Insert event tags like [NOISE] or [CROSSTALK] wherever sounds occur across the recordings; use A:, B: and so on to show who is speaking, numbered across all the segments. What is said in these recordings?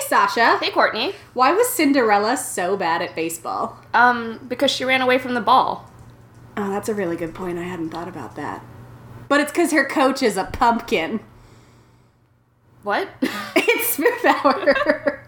A: Sasha.
B: Hey, Courtney.
A: Why was Cinderella so bad at baseball?
B: Um, because she ran away from the ball.
A: Oh, that's a really good point. I hadn't thought about that. But it's because her coach is a pumpkin. [LAUGHS]
B: What?
A: It's Smith [LAUGHS] Hour.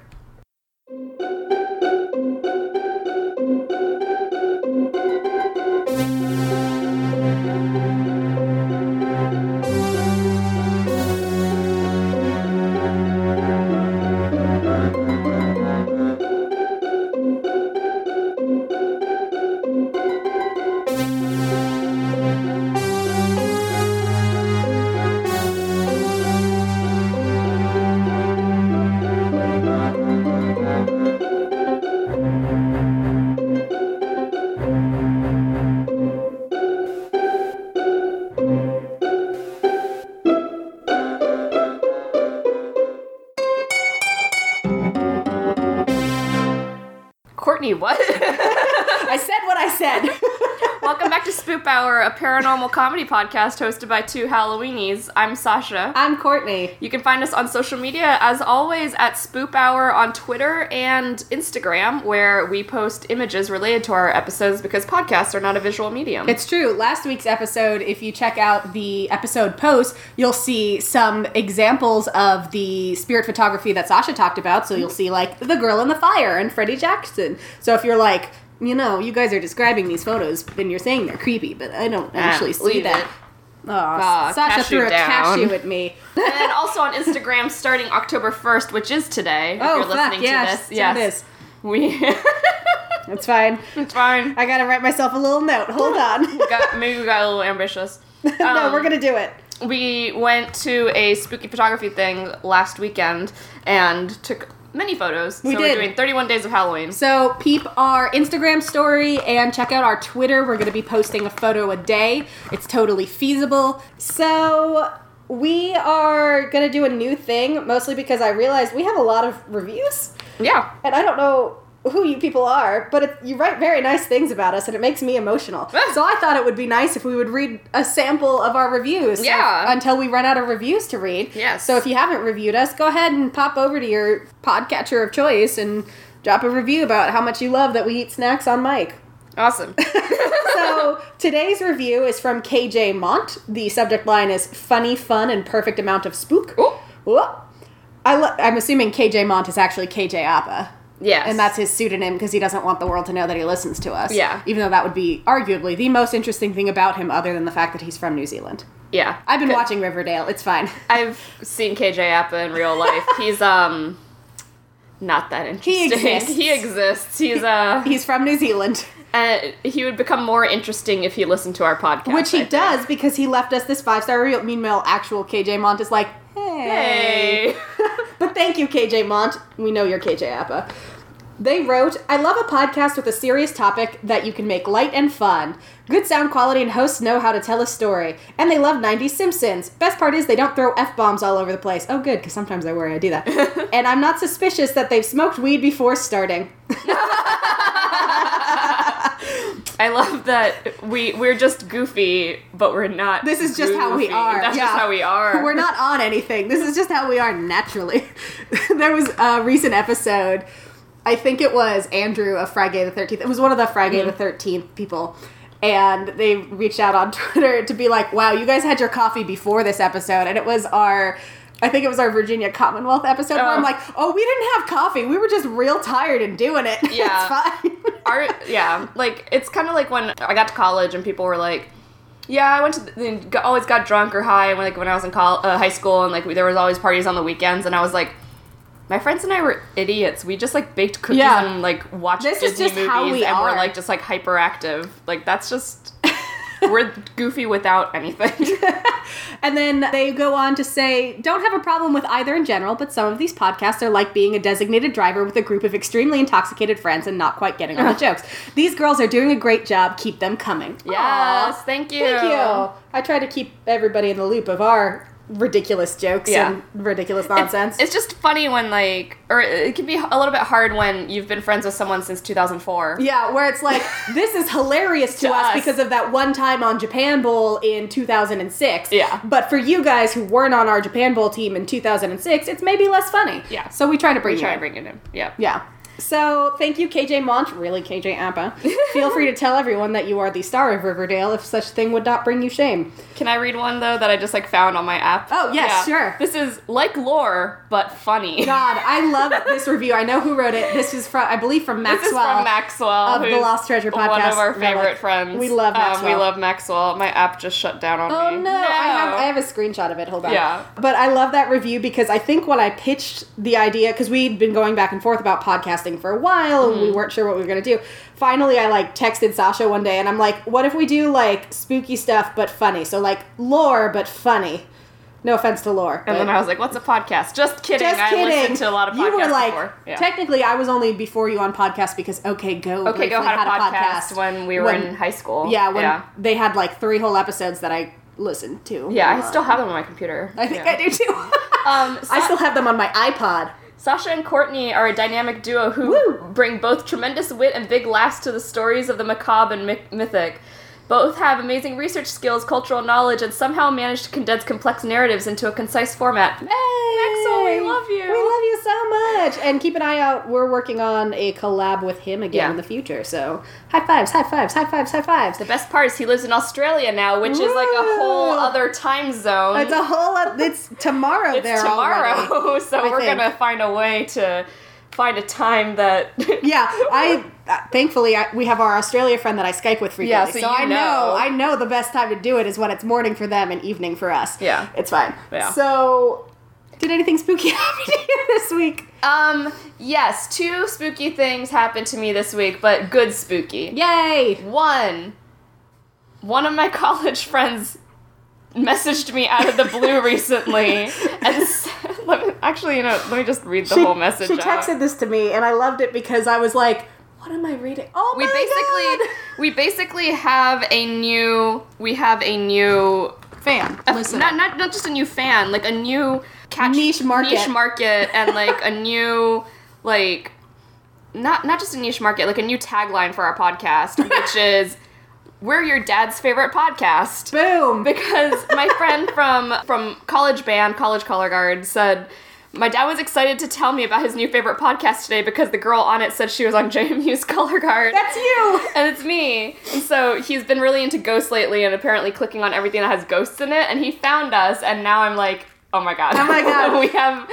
B: Courtney, what?
A: I said what I said.
B: [LAUGHS] Welcome back to Spoop Hour, a paranormal comedy podcast hosted by two Halloweenies. I'm Sasha.
A: I'm Courtney.
B: You can find us on social media, as always, at Spoop Hour on Twitter and Instagram, where we post images related to our episodes because podcasts are not a
A: [LAUGHS]
B: visual medium.
A: It's true. Last week's episode, if you check out the episode post, you'll see some examples of the spirit photography that Sasha talked about. So you'll see like the girl in the fire and Freddie Jackson. So if you're like, you know, you guys are describing these photos and you're saying they're creepy, but I don't actually see
B: Ah, leave
A: that.
B: it.
A: Aw,
B: Aw,
A: Sasha
B: cashew
A: threw a
B: down.
A: cashew at
B: [LAUGHS]
A: me.
B: and then also on Instagram, starting October 1st, which is today.
A: Oh,
B: if you're
A: fuck,
B: listening
A: yes,
B: to this.
A: it
B: Yes.
A: is.
B: We. [LAUGHS]
A: It's fine.
B: it's fine.
A: I gotta write myself a little note. Hold on. [LAUGHS]
B: Got, maybe we got a little ambitious.
A: no,
B: Um,
A: we're gonna do it.
B: we went to a spooky photography thing last weekend and took many photos.
A: We
B: so
A: did.
B: we're doing 31 days of Halloween.
A: So peep our Instagram story and check out our Twitter. We're going to be posting a photo a day. It's totally feasible. So we are going to do a new thing, mostly because I realized we have a lot of reviews,
B: Yeah.
A: and I don't know who you people are, but it, you write very nice things about us, and it makes me emotional.
B: Ah.
A: so I thought it would be nice if we would read a sample of our reviews.
B: Yeah.
A: until we run out of reviews to read.
B: Yes.
A: So if you haven't reviewed us, go ahead and pop over to your podcatcher of choice and drop a review about how much you love that we eat snacks on
B: [LAUGHS]
A: mic. [LAUGHS]
B: Awesome.
A: so today's review is from KJ Mont. The subject line is funny, fun, and perfect amount of spook.
B: Ooh.
A: Ooh. I lo- I'm assuming KJ Mont is actually KJ Appa.
B: yes.
A: And that's his pseudonym because he doesn't want the world to know that he listens to us.
B: Yeah.
A: Even though that would be arguably the most interesting thing about him, other than the fact that he's from New Zealand.
B: yeah.
A: I've been
B: Good.
A: watching Riverdale. It's fine. [LAUGHS]
B: I've seen KJ Appa in real life. He's um not that interesting. [LAUGHS]
A: exists.
B: He exists.
A: [LAUGHS]
B: He's uh,
A: He's from New
B: [LAUGHS]
A: Zealand,
B: uh he would become more interesting if he listened to our podcast.
A: which he
B: I think.
A: does because he left us this five star review. Meanwhile, actual KJ Mont is like, hey.
B: Hey.
A: [LAUGHS] But thank you, KJ Mont. We know you're KJ Appa. They wrote, I love a podcast with a serious topic that you can make light and fun. Good sound quality and hosts know how to tell a story. And they love 90s Simpsons. Best part is they don't throw F bombs all over the place. Oh, good, because sometimes I worry I do that. and I'm not suspicious that they've smoked weed before starting.
B: I love that we we're just goofy, but we're not.
A: This is just how we
B: goofy.
A: are.
B: That's just
A: Yeah.
B: how we
A: [LAUGHS]
B: are.
A: We're not on anything. This is just how we are naturally. [LAUGHS] there was a recent episode. I think it was Andrew of Friday the 13th. It was one of the Friday
B: Mm-hmm.
A: the 13th people. And they reached out on [LAUGHS] Twitter to be like, wow, you guys had your coffee before this episode. And it was our. I think it was our Virginia Commonwealth episode where
B: Oh.
A: I'm like, oh, we didn't have coffee. We were just real tired and doing it. [LAUGHS]
B: Yeah.
A: it's fine.
B: Our- yeah, like it's kind of like when I got to college and people were like, "Yeah, I went to the, and got- always got drunk or high when like when I was in col- uh, high school and like there was always parties on the weekends and I was like." My friends and I were idiots. We just like baked cookies
A: Yeah.
B: and like watched
A: This is
B: Disney
A: just
B: movies,
A: how we
B: and
A: are.
B: we're like just like hyperactive. Like
A: [LAUGHS]
B: that's just we're goofy without anything.
A: And then they go on to say, don't have a problem with either in general, but some of these podcasts are like being a designated driver with a group of extremely intoxicated friends and not quite getting all
B: [LAUGHS]
A: the jokes. These girls are doing a great job. Keep them coming.
B: yes,
A: Aw,
B: thank you.
A: Thank you. I try to keep everybody in the loop of our ridiculous jokes
B: Yeah.
A: and ridiculous
B: It's-
A: nonsense.
B: It's, just funny when like, or it can be a little bit hard when you've been friends with someone since 2004.
A: yeah, where it's
B: [LAUGHS]
A: like this is hilarious to,
B: To
A: us,
B: us.
A: because of that one time on Japan Bowl in 2006.
B: Yeah.
A: But for you guys who weren't on our Japan Bowl team in 2006, it's maybe less funny.
B: Yeah.
A: So we try to bring
B: We
A: you
B: try
A: in.
B: to bring it in. Yeah.
A: Yeah. So thank you, KJ Mont, really KJ
B: [LAUGHS]
A: Appa. Feel free to tell everyone that you are the star of Riverdale if such thing would not bring you shame.
B: Can I read one though that I just like found on my app?
A: Oh, yes, sure.
B: This is like lore but funny.
A: God, I love this review. I know who wrote it. This is from, I believe, from
B: [LAUGHS] This
A: Maxwell.
B: is from Maxwell
A: of the
B: who's
A: Lost Treasure
B: One
A: podcast.
B: of our
A: Relic.
B: favorite friends.
A: We love
B: Um, we
A: Maxwell.
B: love Maxwell. My app just shut down on
A: Oh
B: me.
A: no, I have I have a screenshot of it. Hold on.
B: Yeah.
A: But I love that review because I think when I pitched the idea, because we'd been going back and forth about podcasting for a while and we
B: Mm-hmm.
A: weren't sure what we were gonna do. Finally, I like texted Sasha one day and I'm like, "What if we do like spooky stuff but funny? So like lore but funny. No offense to lore.
B: and then I was like, "What's a podcast?" Just kidding.
A: just kidding.
B: I listened to a lot of podcasts
A: you were like,
B: before. Yeah.
A: technically, I was only before you on podcast because okay, go
B: okay, go
A: briefly
B: had a podcast,
A: podcast,
B: when we were
A: when-
B: in high school.
A: Yeah, when
B: yeah.
A: they had like three whole episodes that I listened to.
B: Yeah, I
A: Uh,
B: still have them on my computer.
A: [LAUGHS] I think
B: yeah.
A: I do too.
B: [LAUGHS] Um,
A: [LAUGHS]
B: Sa-
A: I still have them on my iPod.
B: Sasha and Courtney are a dynamic duo who
A: Woo!
B: bring both tremendous wit and big laughs to the stories of the macabre and myth- mythic. Both have amazing research skills, cultural knowledge, and somehow manage to condense complex narratives into a concise format. Maxwell, we love you.
A: We love you so much. And keep an eye out. We're working on a collab with him again
B: Yeah.
A: in the future. So high fives, high fives, high fives, high fives.
B: The best part is he lives in Australia now, which is like a whole
A: Woo!
B: other time zone.
A: It's a whole. lot- It's tomorrow.
B: It's
A: there already.
B: tomorrow, [LAUGHS] so
A: I
B: we're
A: think.
B: gonna find a way to find a time that [LAUGHS]
A: Yeah, I uh, thankfully I, we have our Australia friend that I Skype with frequently.
B: Yeah, so
A: I
B: you know.
A: I know the best time to do it is when it's morning for them and evening for us.
B: Yeah.
A: it's fine.
B: Yeah.
A: So, did anything spooky [LAUGHS] happen to you this week?
B: Um, yes, two spooky things happened to me this week, but good spooky.
A: Yay!
B: One, one of my [LAUGHS] college friends messaged me out of the
A: [LAUGHS]
B: blue recently [LAUGHS] and said, let me, actually, you know, let me just read the
A: she,
B: whole message
A: She
B: out.
A: texted this to me, and I loved it because I was like, "What am I reading? Oh
B: we
A: my
B: basically we basically have a new we have a new
A: god!" fan, listen,
B: not, not not just a new fan, like a new catch
A: Niche market.
B: niche market, and like a new like not not just a niche market, like a new tagline for our podcast,
A: [LAUGHS]
B: which is we're your dad's favorite podcast
A: boom.
B: because my friend from from college band, college color guard, said my dad was excited to tell me about his new favorite podcast today because the girl on it said she was on [LAUGHS] JMU's color guard
A: That's you.
B: and it's me. And so he's been really into ghosts lately and apparently clicking on everything that has ghosts in it. And he found us, and now I'm like, oh my god.
A: Oh my
B: [LAUGHS]
A: God.
B: we have.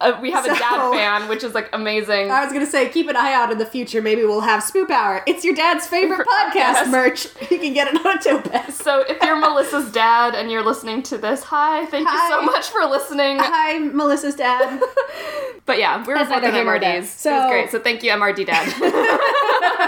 B: A, we have a
A: So-
B: dad fan, which is like amazing.
A: I was gonna say, keep an eye out in the future. Maybe we'll have Spoop Hour. It's your dad's
B: [LAUGHS]
A: favorite podcast
B: Podcast.
A: merch. You can get it on Topaz.
B: so if you're Melissa's dad and you're listening to this, hi, thank
A: Hi.
B: you so much for listening.
A: Hi, Melissa's dad.
B: But yeah, we were
A: That's
B: both
A: neither
B: in
A: here nor there.
B: MRDs.
A: So-
B: So, it was great. So thank you, MRD dad.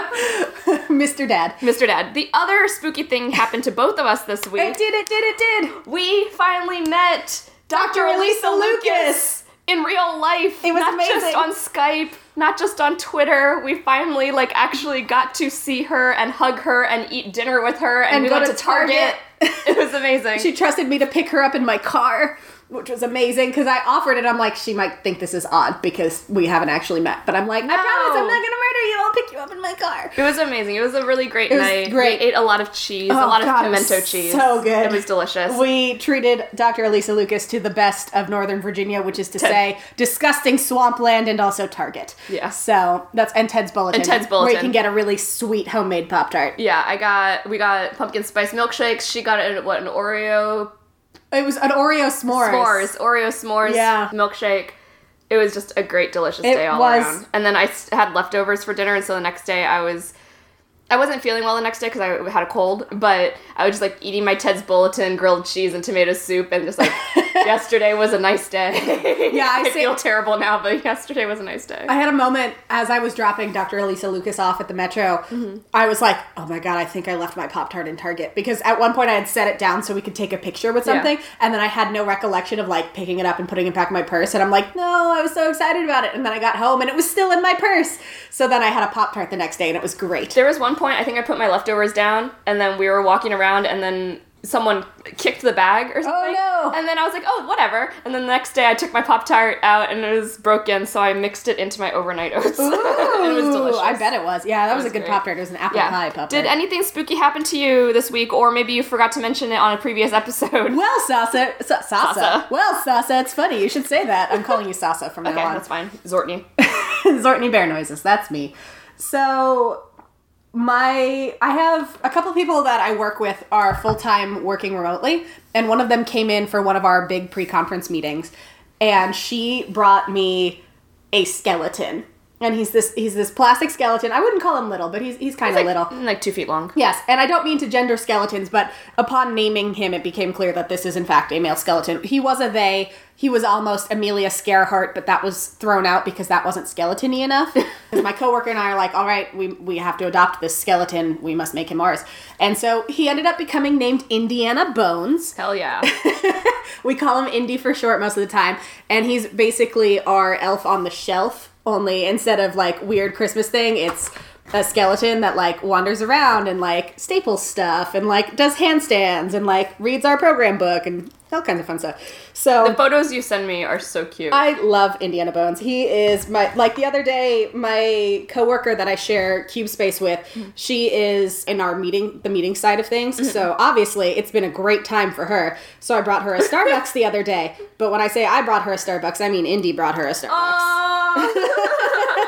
A: [LAUGHS]
B: [LAUGHS]
A: Mr. Dad.
B: Mr. Dad. The other spooky thing happened to both of us this week.
A: It did, it did, it did.
B: we finally met
A: Dr.
B: Dr.
A: Elisa
B: Elisa
A: Lucas
B: Lucas in real life.
A: It was
B: not
A: amazing.
B: just on Skype, not just on Twitter. We finally like actually got to see her and hug her and eat dinner with her and,
A: And
B: we
A: go
B: went
A: to
B: to Target.
A: Target.
B: it was amazing.
A: She trusted me to pick her up in my car, which was amazing because I offered it. I'm like, she might think this is odd because we haven't actually met. But I'm like, I promise I'm not going to murder you. I'll pick you up in my car.
B: it was amazing. It was a really great
A: It was
B: night.
A: great.
B: We ate a lot of cheese,
A: Oh,
B: a lot
A: God, it
B: of
A: was
B: pimento cheese.
A: so good.
B: It was delicious.
A: We treated Dr. Elisa Lucas to the best of Northern Virginia, which is to say disgusting swampland and also Target.
B: Yeah.
A: So that's and Ted's Bulletin.
B: And Ted's
A: Where you
B: Bulletin.
A: can get a really sweet homemade Pop Tart.
B: yeah, I got we got pumpkin spice milkshakes. She got an, what an Oreo
A: It was an Oreo s'mores.
B: s'mores, Oreo s'mores,
A: Yeah.
B: milkshake. It was just a great, delicious
A: It
B: day all
A: was.
B: around. And then I s- had leftovers for dinner, and so the next day I was, I wasn't feeling well the next day because I had a cold, but I was just like eating my Ted's Bulletin grilled cheese and tomato soup, and
A: [LAUGHS]
B: just like yesterday was a nice day.
A: Yeah, I
B: [LAUGHS] I,
A: see.
B: feel terrible now, but yesterday was a nice day.
A: I had a moment as I was dropping Dr. Elisa Lucas off at the Metro. I was like, oh my God, I think I left my Pop Tart in Target. Because at one point I had set it down so we could take a picture with
B: Yeah.
A: something. And then I had no recollection of like picking it up and putting it back in my purse. And I'm like, no, I was so excited about it. And then I got home and it was still in my purse. So then I had a Pop Tart the next day and it was great.
B: There was one point I think I put my leftovers down, and then we were walking around, and then someone kicked the bag or something.
A: Oh, no.
B: And then I was like, oh, whatever. And then the next day I took my Pop Tart out and it was broken, so I mixed it into my overnight oats. [LAUGHS] [LAUGHS] and it was delicious.
A: I bet it was. Yeah, that was,
B: was
A: a good
B: great.
A: pop tart. It was an apple pie pop tart.
B: Did anything spooky happen to you this week, or maybe you forgot to mention it on a previous episode?
A: Well, Sasa, Sa- Sasa.
B: Sasa.
A: Well, Sasa, it's funny. You should say that. I'm calling you Sasa
B: [LAUGHS]
A: from
B: [LAUGHS] Okay,
A: now on.
B: that's fine. Zortney.
A: [LAUGHS] Zortney Bear Noises. That's me. So my I have a couple people that I work with are full time working remotely, and one of them came in for one of our big pre conference meetings, and she brought me a skeleton. And he's this he's this plastic skeleton. I wouldn't call him little, but he's he's kind of
B: Like,
A: little.
B: Like two feet long.
A: [LAUGHS] Yes, and I don't mean to gender skeletons, but upon naming him, it became clear that this is in fact a male skeleton. He was a they. He was almost Amelia Scareheart, but that was thrown out because that wasn't skeletony enough. 'Cause my coworker and I are like, all right, we, we have to adopt this skeleton. We must make him ours. And so he ended up becoming named Indiana Bones.
B: Hell yeah.
A: We call him Indy for short most of the time, and he's basically our elf on the shelf. Only instead of like weird Christmas thing, it's a skeleton that like wanders around and like staples stuff and like does handstands and like reads our program book and all kinds of fun stuff. So
B: the photos you send me are so cute. [LAUGHS]
A: I love Indiana Bones. He is my like the other day my coworker that I share cube space with. She is in our meeting the meeting side of things.
B: Mm-hmm.
A: So obviously it's been a great time for her. So I brought her a Starbucks the other day. But when I say I brought her a Starbucks, I mean Indy brought her a Starbucks.
B: Oh,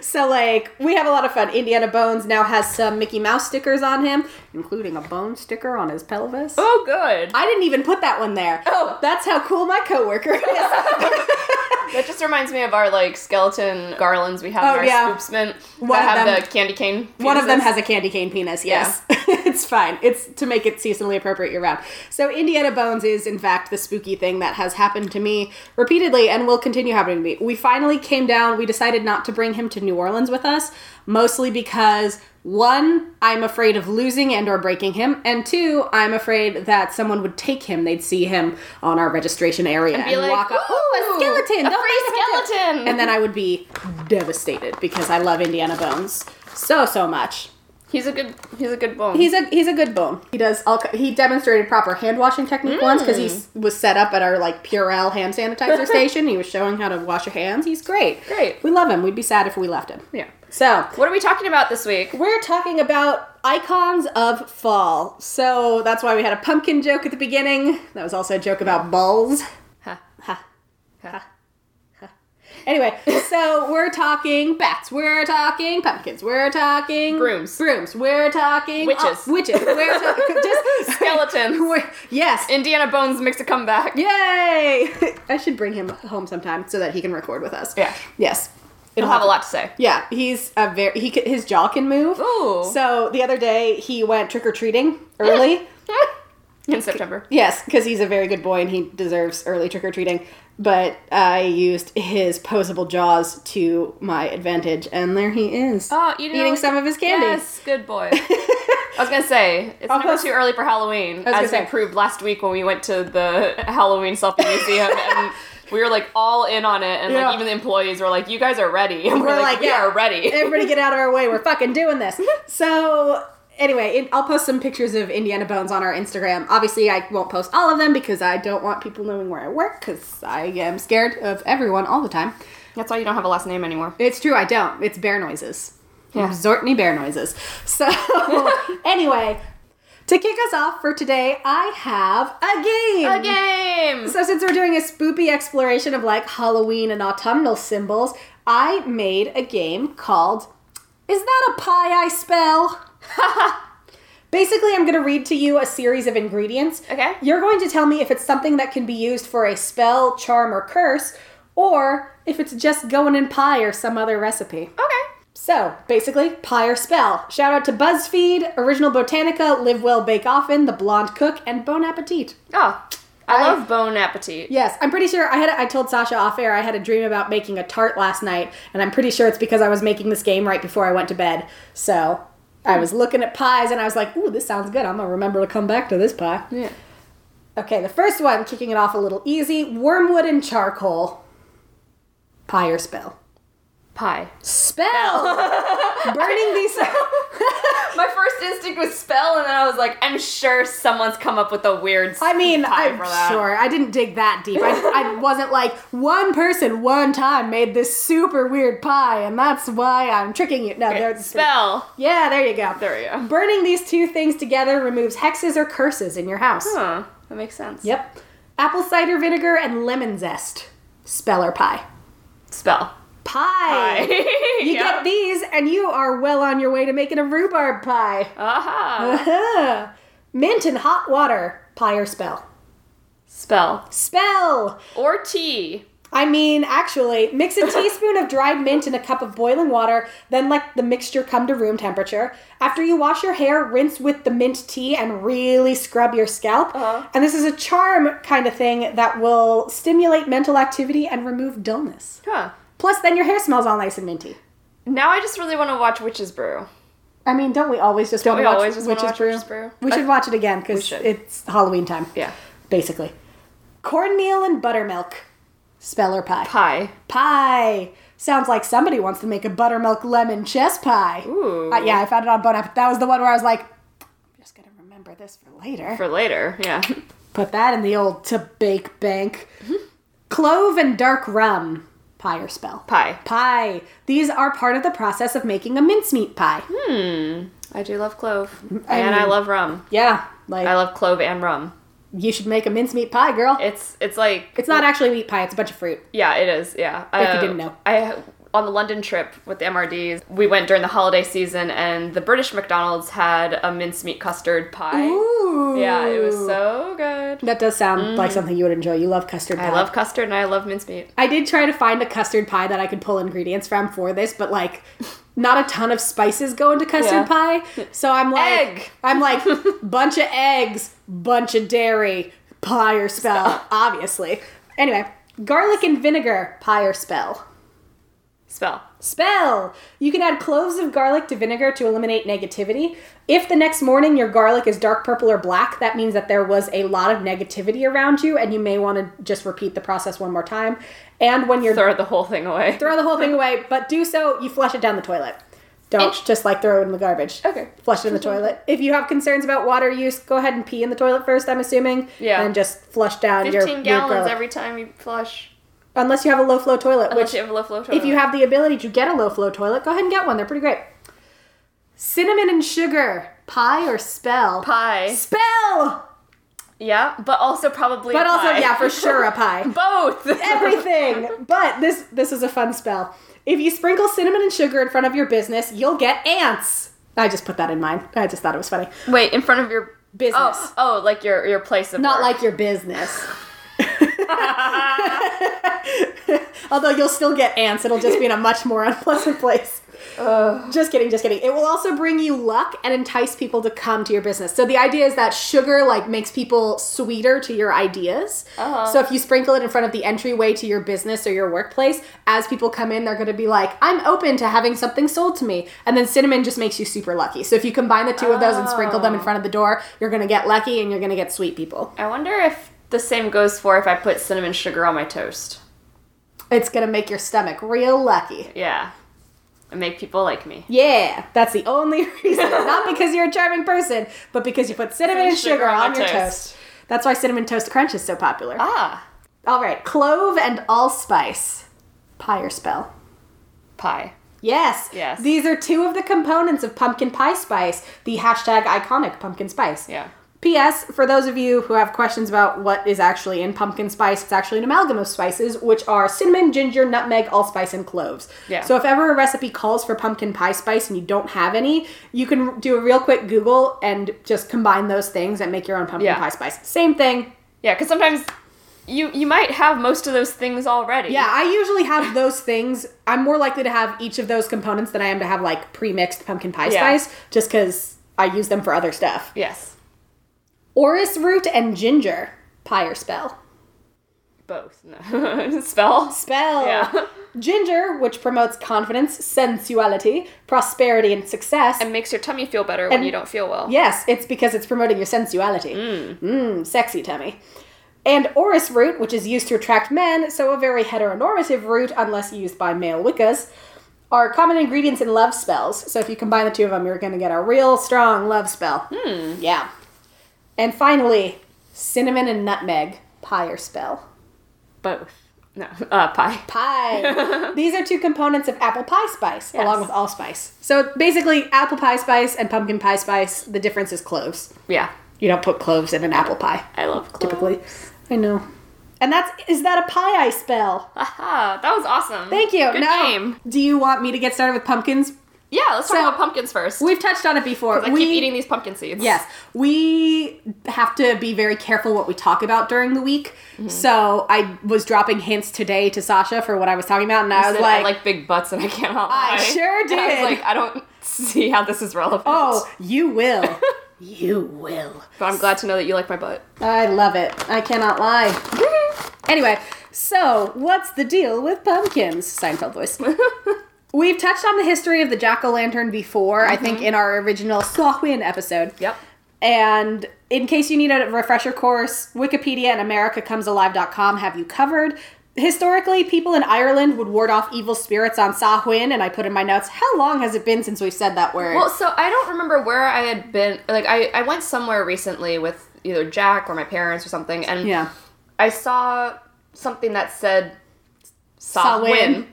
A: So like we have a lot of fun. Indiana Bones now has some Mickey Mouse stickers on him, including a bone sticker on his pelvis.
B: oh, good.
A: I didn't even put that one there.
B: Oh.
A: that's how cool my coworker is.
B: That just reminds me of our like skeleton garlands we have
A: Oh,
B: in our
A: yeah.
B: spoopsmen
A: One
B: that
A: of
B: have
A: them-
B: the candy cane.
A: One of them
B: penises.
A: has a candy cane penis. Yes, [LAUGHS] it's fine. It's to make it seasonally appropriate year round. So Indiana Bones is in fact the spooky thing that has happened to me repeatedly and will continue happening to me. We finally came down. We decided not to bring him to New Orleans with us, mostly because one, I'm afraid of losing and or breaking him, and two, I'm afraid that someone would take him. They'd see him on our registration area and,
B: be like,
A: walk up. Oh,
B: "Ooh,
A: a skeleton!
B: a
A: Don't
B: free
A: bring him to-"
B: skeleton."
A: And then I would be devastated because I love Indiana Bones so so much.
B: He's a good. He's a good bone.
A: He's a he's a good bone. He does all ki- he demonstrated proper hand washing technique once 'cause
B: Mm.
A: once because he was set up at our like Purell hand
B: [LAUGHS]
A: sanitizer station. He was showing how to wash your hands. He's great.
B: Great.
A: We love him. We'd be sad if we left him.
B: yeah.
A: So
B: What are we talking about this week?
A: we're talking about icons of fall. So that's why we had a pumpkin joke at the beginning. That was also a joke about balls. [LAUGHS]
B: Huh.
A: Ha.
B: Huh.
A: Anyway, so we're talking bats, we're talking pumpkins, we're talking
B: Brooms.
A: brooms, we're talking
B: Witches.
A: oh, witches, we're
B: [LAUGHS]
A: talking just
B: Skeletons.
A: We're- yes,
B: Indiana Bones makes a comeback.
A: yay! [LAUGHS] I should bring him home sometime so that he can record with us.
B: Yeah.
A: yes,
B: He'll have a lot to say. [LAUGHS]
A: Yeah, he's a very he c- his jaw can move.
B: Ooh.
A: So the other day he went trick or treating early.
B: in September.
A: Yes, because he's a very good boy and he deserves early trick or treating. But I used his posable jaws to my advantage, and there he is.
B: Oh, eating,
A: Eating some of his candy.
B: Yes,
A: [LAUGHS]
B: good boy. I was gonna say it's never
A: post-
B: too early for Halloween,
A: gonna
B: as we
A: say.
B: proved last week when we went to the [LAUGHS] Halloween selfie museum, and we were like all in on it, and
A: Yeah.
B: like even the employees were like, "You guys are ready," [LAUGHS] and we're,
A: We're
B: like,
A: like,
B: "We
A: yeah.
B: are ready."
A: Everybody get out of our way. We're fucking doing this. So, anyway, it, I'll post some pictures of Indiana Bones on our Instagram. Obviously, I won't post all of them because I don't want people knowing where I work because I am scared of everyone all the time.
B: [LAUGHS] That's why you don't have a last name anymore.
A: It's true, I don't. It's bear noises.
B: Yeah.
A: Zortney bear noises. So, [LAUGHS] anyway, to kick us off for today, I have a game.
B: A game.
A: So, since we're doing a spoopy exploration of like Halloween and autumnal symbols, I made a game called Is That a Pie I Spell? [LAUGHS] Basically, I'm going to read to you a series of ingredients.
B: Okay.
A: You're going to tell me if it's something that can be used for a spell, charm, or curse, or if it's just going in pie or some other recipe.
B: Okay.
A: So, basically, pie or spell. Shout out to BuzzFeed, Original Botanica, Live Well Bake Offen, The Blonde Cook, and Bon Appetit.
B: Oh, I, love Bon Appetit.
A: Yes, I'm pretty sure I had. I told Sasha off air I had a dream about making a tart last night, and I'm pretty sure it's because I was making this game right before I went to bed. So I was looking at pies, and I was like, "Ooh, this sounds good. I'm gonna remember to come back to this pie."
B: Yeah.
A: Okay, the first one, kicking it off a little easy: wormwood and charcoal. Pie or spell?
B: Pie.
A: [LAUGHS] Spell. Burning these.
B: My first instinct was spell, and then I was like, I'm sure someone's come up with a weird.
A: I mean,
B: pie
A: I'm
B: for that.
A: sure. I didn't dig that deep.
B: [LAUGHS]
A: I, I wasn't like, one person one time made this super weird pie, and that's why I'm tricking you. No, there's
B: Spell.
A: Yeah, there you go.
B: There we go.
A: Burning these two things together removes hexes or curses in your house.
B: Huh. That makes sense.
A: Yep. Apple cider vinegar and lemon zest. Spell or pie.
B: Spell. [LAUGHS]
A: Pie. You get these, and you are well on your way to making a rhubarb pie.
B: Aha.
A: Uh-huh. Mint and hot water. Pie or spell.
B: [LAUGHS] Spell.
A: Spell.
B: Or tea.
A: I mean, actually, mix a teaspoon of dried mint in a cup of boiling water, then let the mixture come to room temperature. After you wash your hair, rinse with the mint tea and really scrub your scalp.
B: Uh-huh.
A: And this is a charm kind of thing that will stimulate mental activity and remove dullness.
B: Huh.
A: Plus, then your hair smells all nice and minty.
B: Now I just really want to watch Witch's Brew.
A: I mean, don't we always just
B: Don't
A: wanna
B: we
A: watch
B: always just wanna
A: Witch's
B: watch
A: Brew?
B: Witch's Brew?
A: We
B: I-
A: should watch it again
B: We
A: because
B: should.
A: it's Halloween time.
B: Yeah.
A: Basically. Cornmeal and buttermilk. Spell or pie.
B: Pie.
A: pie. Sounds like somebody wants to make a buttermilk lemon chess pie.
B: Ooh.
A: Uh, yeah, I found it on Bon Appetit. That was the one where I was like, I'm just gonna remember this for later.
B: For later. Yeah. [LAUGHS]
A: Put that in the old to bake bank.
B: Mm-hmm.
A: Clove and dark rum. Pie or spell?
B: Pie.
A: Pie. These are part of the process of making a mincemeat pie.
B: Hmm. I do love clove.
A: I
B: and I
A: mean-
B: love rum.
A: Yeah, like
B: I love clove and rum.
A: you should make a mincemeat pie, girl.
B: It's it's like
A: it's not actually meat pie; it's a bunch of fruit.
B: Yeah, it is. Yeah.
A: If you
B: Uh,
A: didn't know.
B: I on the London trip with the MRDs, we went during the holiday season, and the British McDonald's had a mincemeat custard pie.
A: Ooh.
B: Yeah, it was so good.
A: That does sound like something you would enjoy. You love custard pie.
B: I love custard and I love mincemeat.
A: I did try to find a custard pie that I could pull ingredients from for this, but like not a ton of spices go into custard pie. So I'm like
B: Egg.
A: I'm like bunch of eggs, bunch of dairy, pie or spell, obviously. Anyway, garlic and vinegar, pie or spell.
B: Spell.
A: Spell! You can add cloves of garlic to vinegar to eliminate negativity. If the next morning your garlic is dark purple or black, that means that there was a lot of negativity around you and you may want to just repeat the process one more time. And when you're
B: Throw the whole thing away.
A: throw the whole thing away, but do so, you flush it down the toilet. Don't
B: And-
A: just like throw it in the garbage.
B: Okay.
A: Flush it in the toilet. If you have concerns about water use, go ahead and pee in the toilet first, I'm assuming.
B: Yeah.
A: And just flush down your,
B: 15
A: your
B: gallons
A: garlic.
B: every time you flush.
A: Unless you have a low flow toilet,
B: Unless
A: which
B: you have a low flow toilet.
A: if you have the ability to get a low flow toilet, go ahead and get one. They're pretty great. Cinnamon and sugar. Pie or spell?
B: pie.
A: Spell!
B: Yeah, but also probably
A: But
B: a
A: also,
B: pie.
A: yeah,
B: [LAUGHS]
A: for sure a pie.
B: Both. [LAUGHS]
A: [LAUGHS] everything. But this this is a fun spell. If you sprinkle cinnamon and sugar in front of your business, you'll get ants. I just put that in mind. I just thought it was funny.
B: Wait, in front of your
A: Business,
B: Oh, oh, like your your place of
A: not
B: work.
A: like your business. [LAUGHS] Although you'll still get ants, it'll just be in a much more [LAUGHS] unpleasant place. Just kidding, just kidding. It will also bring you luck and entice people to come to your business. So the idea is that sugar like makes people sweeter to your ideas.
B: Uh-huh.
A: So if you sprinkle it in front of the entryway to your business or your workplace, as people come in, they're going to be like, "I'm open to having something sold to me." And then cinnamon just makes you super lucky. So if you combine the two of those and sprinkle them in
B: Oh.
A: front of the door, you're going to get lucky and you're going to get sweet people.
B: I wonder if the same goes for if I put cinnamon sugar on my toast.
A: It's going to make your stomach real lucky.
B: Yeah. And make people like me.
A: Yeah, that's the only [LAUGHS] reason. Not because you're a charming person, but because you put cinnamon and sugar, on,
B: my
A: your
B: toast.
A: toast. That's why cinnamon toast crunch is so popular.
B: Ah,
A: All right, clove and allspice. Pie or spell?
B: pie.
A: Yes.
B: Yes.
A: These are two of the components of pumpkin pie spice, the hashtag iconic pumpkin spice.
B: Yeah.
A: P.S. For those of you who have questions about what is actually in pumpkin spice, it's actually an amalgam of spices, which are cinnamon, ginger, nutmeg, allspice, and cloves.
B: Yeah.
A: So if ever a recipe calls for pumpkin pie spice and you don't have any, you can do a real quick Google and just combine those things and make your own pumpkin
B: Yeah.
A: pie spice. Same thing.
B: Yeah, because sometimes you you might have most of those things already.
A: Yeah, I usually have those things. I'm more likely to have each of those components than I am to have like pre-mixed pumpkin pie
B: Yeah.
A: spice, just because I use them for other stuff.
B: Yes.
A: Orris root and ginger pie or spell.
B: Both. [LAUGHS] No. Spell.
A: Spell.
B: Yeah.
A: Ginger, which promotes confidence, sensuality, prosperity, and success.
B: And makes your tummy feel better when you don't feel well.
A: yes, it's because it's promoting your sensuality.
B: Mm.
A: Mmm, sexy tummy. And orris root, which is used to attract men, so a very heteronormative root unless used by male Wiccas. are common ingredients in love spells. So if you combine the two of them, you're going to get a real strong love spell.
B: Hmm.
A: Yeah. And finally, cinnamon and nutmeg pyre spell.
B: Both. No, uh, pie. [LAUGHS]
A: Pie. These are two components of apple pie spice,
B: Yes.
A: along with allspice. So basically, apple pie spice and pumpkin pie spice. The difference is cloves.
B: Yeah,
A: You don't put cloves in an apple pie.
B: I love clove.
A: typically. I know. And that's is that a pie I spell?
B: Aha, that was awesome.
A: Thank you.
B: Good
A: Now,
B: game.
A: Do you want me to get started with pumpkins?
B: Yeah, let's talk
A: So-
B: about pumpkins first.
A: We've touched on it before.
B: I
A: we,
B: keep eating these pumpkin seeds.
A: Yes, we have to be very careful what we talk about during the week.
B: Mm-hmm.
A: So I was dropping hints today to Sasha for what I was talking about, and I was
B: Said
A: like,
B: I like big butts, and I can't help.
A: I
B: lie.
A: sure
B: [LAUGHS] And I
A: did.
B: was like, I don't see how this is relevant.
A: "Oh, you will, you will."
B: but I'm glad to know that you like my butt.
A: I love it. I cannot lie. Anyway, so what's the deal with pumpkins? Seinfeld voice. We've touched on the history of the jack o' lantern before, I think, in our original Slawin episode.
B: Yep.
A: And in case you need a refresher course, Wikipedia and AmericaComesAlive.com have you covered. Historically, people in Ireland would ward off evil spirits on Samhain, and I put in my notes, how long has it been since we've said that word?
B: Well, so I don't remember where I had been. Like, I, I went somewhere recently with either Jack or my parents or something, and
A: yeah.
B: I saw something that said
A: Samhain.
B: Sawin,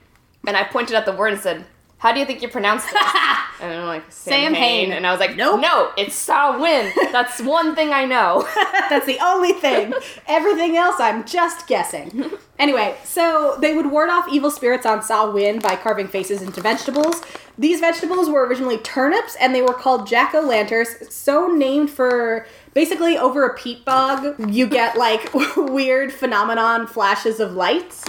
B: and I pointed at the word and said, "How do you think you pronounce this?" [LAUGHS] and I'm like, "Sam,
A: Samhain."
B: Hain," and I was like,
A: Nope.
B: no, it's Sawin. That's one thing I [LAUGHS] know."
A: [LAUGHS] That's the only thing. Everything else, I'm just guessing. Anyway, so they would ward off evil spirits on Samhain by carving faces into vegetables. These vegetables were originally turnips, and they were called jack o' lanterns, so named for basically over a peat bog, you get like [LAUGHS] weird phenomenon flashes of lights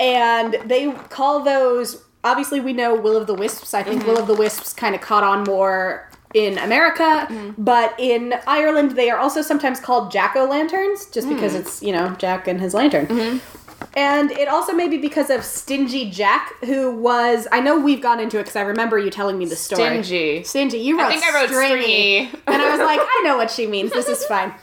A: and they call those obviously we know will of the wisps i think
B: Mm-hmm.
A: will of the wisps kind of caught on more in america
B: Mm-hmm.
A: but in ireland they are also sometimes called jack-o'-lanterns just
B: Mm.
A: because it's you know jack and his lantern
B: Mm-hmm.
A: and it also may be because of stingy jack who was i know we've gone into it because i remember you telling me the story
B: Stingy.
A: stingy you wrote
B: I think I wrote
A: stringy.
B: stringy.
A: And I was like, I know what she means. This is fine.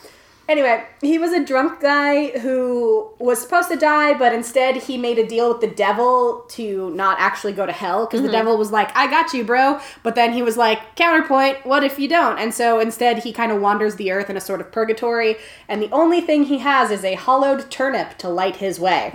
A: Anyway, he was a drunk guy who was supposed to die, but instead he made a deal with the devil to not actually go to hell because the devil was like, I got you, bro. But then he was like, counterpoint, what if you don't? And so instead he kind of wanders the earth in a sort of purgatory, and the only thing he has is a hollowed turnip to light his way.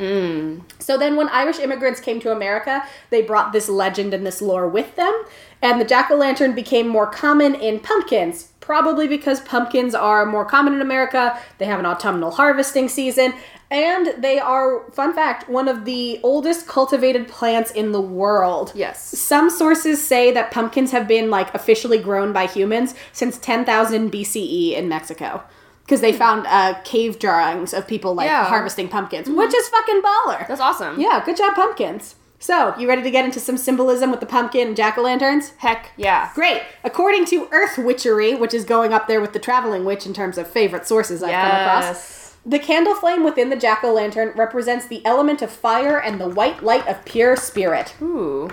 A: So then, when Irish immigrants came to America, they brought this legend and this lore with them, and the jack o' lantern became more common in pumpkins. Probably because pumpkins are more common in America, they have an autumnal harvesting season, and they are, fun fact, one of the oldest cultivated plants in the world.
B: [LAUGHS] yes.
A: Some sources say that pumpkins have been like officially grown by humans since 10,000 BCE E in Mexico because they found uh, cave drawings of people like
B: Hmm. Yeah. Mm-hmm.
A: harvesting pumpkins, which is fucking baller.
B: That's awesome.
A: Yeah, good job, pumpkins. So, you ready to get into some symbolism with the pumpkin and jack o' lanterns?
B: Heck yeah.
A: Great. According to Earth Witchery, which is going up there with the traveling witch in terms of favorite sources I've come across,
B: Yes.
A: the candle flame within the jack o' lantern represents the element of fire and the white light of pure spirit.
B: Ooh.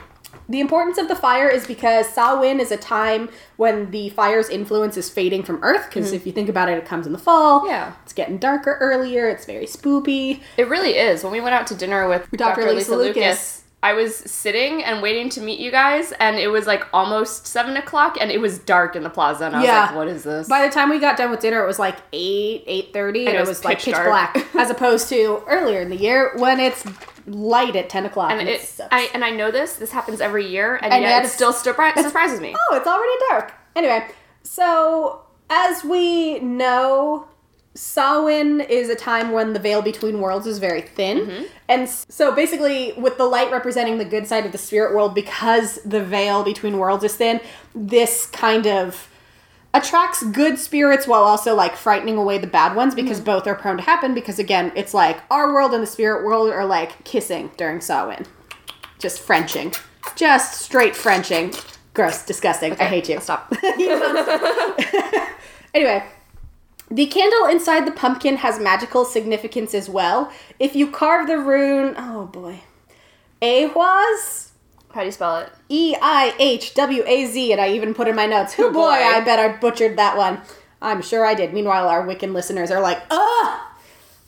A: The importance of the fire is because Samhain is a time when the fire's influence is fading from Earth. Because if you think about it, it comes in the fall.
B: Mm-hmm. Yeah.
A: it's getting darker earlier. It's very spoopy.
B: It really is. When we went out to dinner with Dr. Lisa, Lucas, I was sitting and waiting to meet you guys, and it was like almost seven o'clock, and it was dark in the plaza, and I
A: Yeah.
B: was like, "What is this?"
A: By the time we got done with dinner, it was like eight, eight thirty, and it was, like pitch
B: dark.
A: black, as opposed to earlier in the year when it's light at ten o'clock.
B: and it,
A: sucks.
B: I and I know this. This happens every year, and,
A: And
B: yet,
A: yet
B: it
A: it's-
B: still surpri- surprises me.
A: oh, it's already dark. Anyway, so as we know, Samhain is a time when the veil between worlds is very thin. And s- so basically, with the light representing the good side of the spirit world, because the veil between worlds is thin, this kind of attracts good spirits while also like frightening away the bad ones because both are prone to happen because again it's like our world and the spirit world are like kissing during Samhain just Frenching. Just straight Frenching. Gross, disgusting. I hate you.
B: Stop.
A: [LAUGHS] Anyway, the candle inside the pumpkin has magical significance as well. If you carve the rune, oh boy, Ahwas,
B: How do you spell it?
A: E I H W A Z, and I even put in my notes, who boy,
B: boy."
A: I bet I butchered that one. I'm sure I did. Meanwhile, our Wiccan listeners are like, ugh!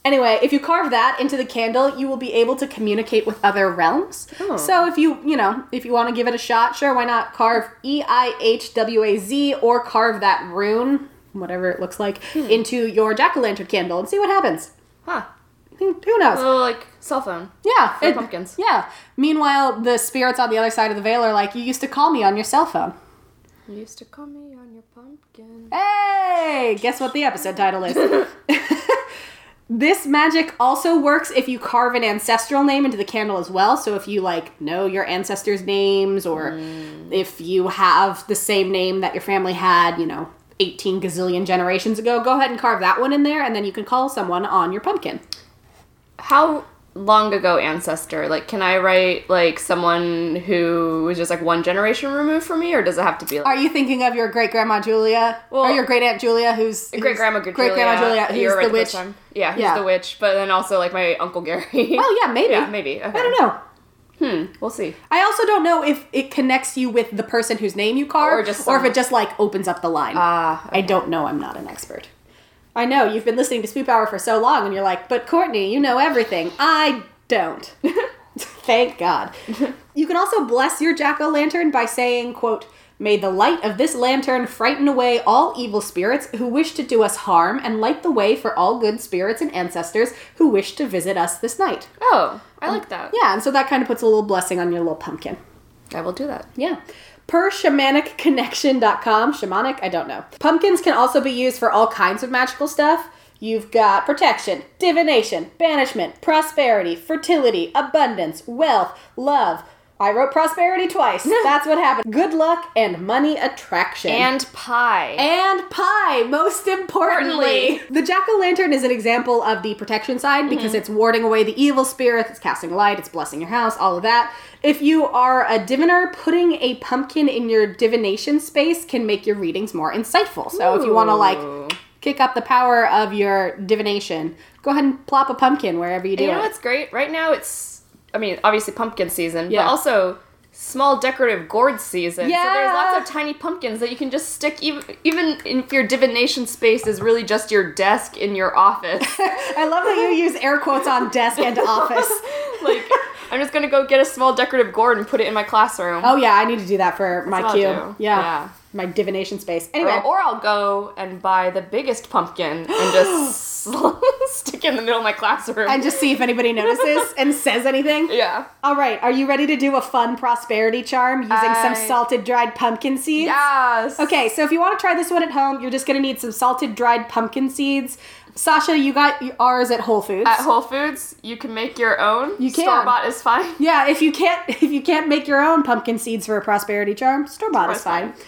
A: Anyway, if you carve that into the candle, you will be able to communicate with other realms.
B: Oh.
A: So if you, you know, if you want to give it a shot, sure, why not carve E I H W A Z or carve that rune, whatever it looks like,
B: Hmm.
A: into your jack o' lantern candle and see what happens.
B: Huh.
A: Who who knows?
B: So like cell phone.
A: Yeah,
B: For pumpkins.
A: Yeah. Meanwhile, the spirits on the other side of the veil are like, "You used to call me on your cell phone."
B: You used to call me on your pumpkin.
A: Hey, guess what the episode title is? [LAUGHS] this magic also works if you carve an ancestral name into the candle as well. So if you like know your ancestors' names, or
B: Mm.
A: if you have the same name that your family had, you know. 18 gazillion generations ago, go ahead and carve that one in there, and then you can call someone on your pumpkin.
B: How long ago ancestor? Like, can I write like someone who was just like one generation removed from me, or does it have to be
A: Are
B: like
A: you thinking of your great grandma Julia? or
B: Well-
A: your great aunt Julia, who's
B: great grandma
A: who's- Great grandma Julia, who's
B: You're right
A: the
B: first
A: witch?
B: time. Yeah, who's
A: Yeah.
B: the witch? But then also like my uncle [LAUGHS] Gary.
A: Oh yeah, maybe.
B: yeah, maybe. Okay.
A: I don't know.
B: Hmm. We'll see.
A: I also don't know if it connects you with the person whose name you carve,
B: Or just
A: if
B: some-
A: it just like opens up the line.
B: Ah,
A: I don't know. I'm not an expert. I know you've been listening to Spoop Hour for so long, and you're like, but Courtney, you know everything. I don't. [LAUGHS] Thank
B: [LAUGHS]
A: God. you can also bless your jack o' lantern by saying, "quote May the light of this lantern frighten away all evil spirits who wish to do us harm, and light the way for all good spirits and ancestors who wish to visit us this night."
B: Oh, I like that.
A: Yeah, and so that kind of puts a little blessing on your little pumpkin.
B: I will do that.
A: Yeah. Per shamanicconnection.com, shamanic, I don't know. Pumpkins can also be used for all kinds of magical stuff. You've got protection, divination, banishment, prosperity, fertility, abundance, wealth, love. I wrote prosperity twice. That's what happened. Good luck and money attraction.
B: And pie.
A: And pie, most importantly. The jack o' lantern is an example of the protection side because
B: Mm-hmm.
A: it's warding away the evil spirits, it's casting light, it's blessing your house, all of that. If you are a diviner, putting a pumpkin in your divination space can make your readings more insightful. So if you want to
B: Ooh.
A: like kick up the power of your divination, go ahead and plop a pumpkin wherever you do
B: you know
A: it.
B: what's great? Right now it's I mean, obviously pumpkin season,
A: Yeah.
B: but also small decorative gourd season. So there's
A: Yeah.
B: lots of tiny pumpkins that you can just stick even even if your divination space is really just your desk in your office.
A: [LAUGHS] I love that
B: [LAUGHS]
A: you use air quotes on desk and office.
B: like I'm just gonna go get a small decorative gourd and put it in my classroom.
A: Oh yeah, I need to do that for my
B: what I'll
A: cue.
B: do.
A: Yeah.
B: Yeah.
A: My divination space. Anyway,
B: Or, or I'll go and buy the biggest pumpkin
A: [GASPS]
B: and just [LAUGHS] stick it in the middle of my classroom.
A: and just see if anybody
B: [LAUGHS]
A: notices and says anything.
B: yeah.
A: All right, are you ready to do a fun prosperity charm using some
B: I-
A: salted dried pumpkin seeds?
B: Yes.
A: Okay, so if you want to try this one at home, you're just going to need some salted dried pumpkin seeds. Sasha, you got y- ours at Whole Foods.
B: At Whole Foods, you can make your own.
A: You can.
B: Store bought is fine.
A: yeah, if you can't [LAUGHS] if you can't make your own pumpkin seeds for a prosperity charm, store bought is
B: Store-bought.
A: fine.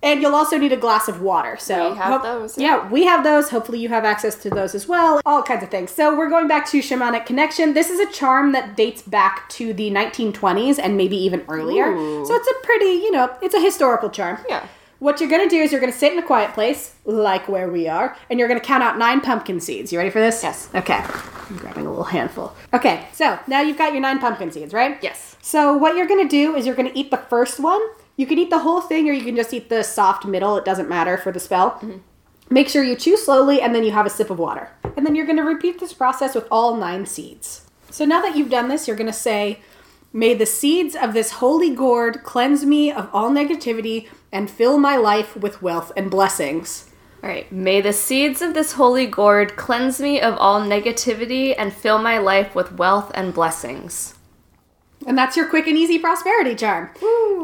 A: And you'll also need a glass of water. So
B: We have those,
A: Yeah. we have those. Hopefully, you have access to those as well. All kinds of things. So we're going back to shamanic connection. This is a charm that dates back to the 1920s and maybe even earlier.
B: Ooh.
A: So it's a pretty, you know, it's a historical charm.
B: Yeah.
A: What you're gonna do is you're gonna sit in a quiet place, like where we are, and you're gonna count out nine pumpkin seeds. You ready for this?
B: Yes.
A: Okay. I'm grabbing a little handful. Okay, so now you've got your nine pumpkin seeds, right?
B: Yes.
A: So what you're gonna do is you're gonna eat the first one. You can eat the whole thing, or you can just eat the soft middle. It doesn't matter for the spell. Make sure you chew slowly, and then you have a sip of water. And then you're gonna repeat this process with all nine seeds. So now that you've done this, you're gonna say, "May the seeds of this holy gourd cleanse me of all negativity and fill my life with wealth and blessings."
B: All right. May the seeds of this holy gourd cleanse me of all negativity and fill my life with wealth and blessings.
A: And that's your quick and easy prosperity charm.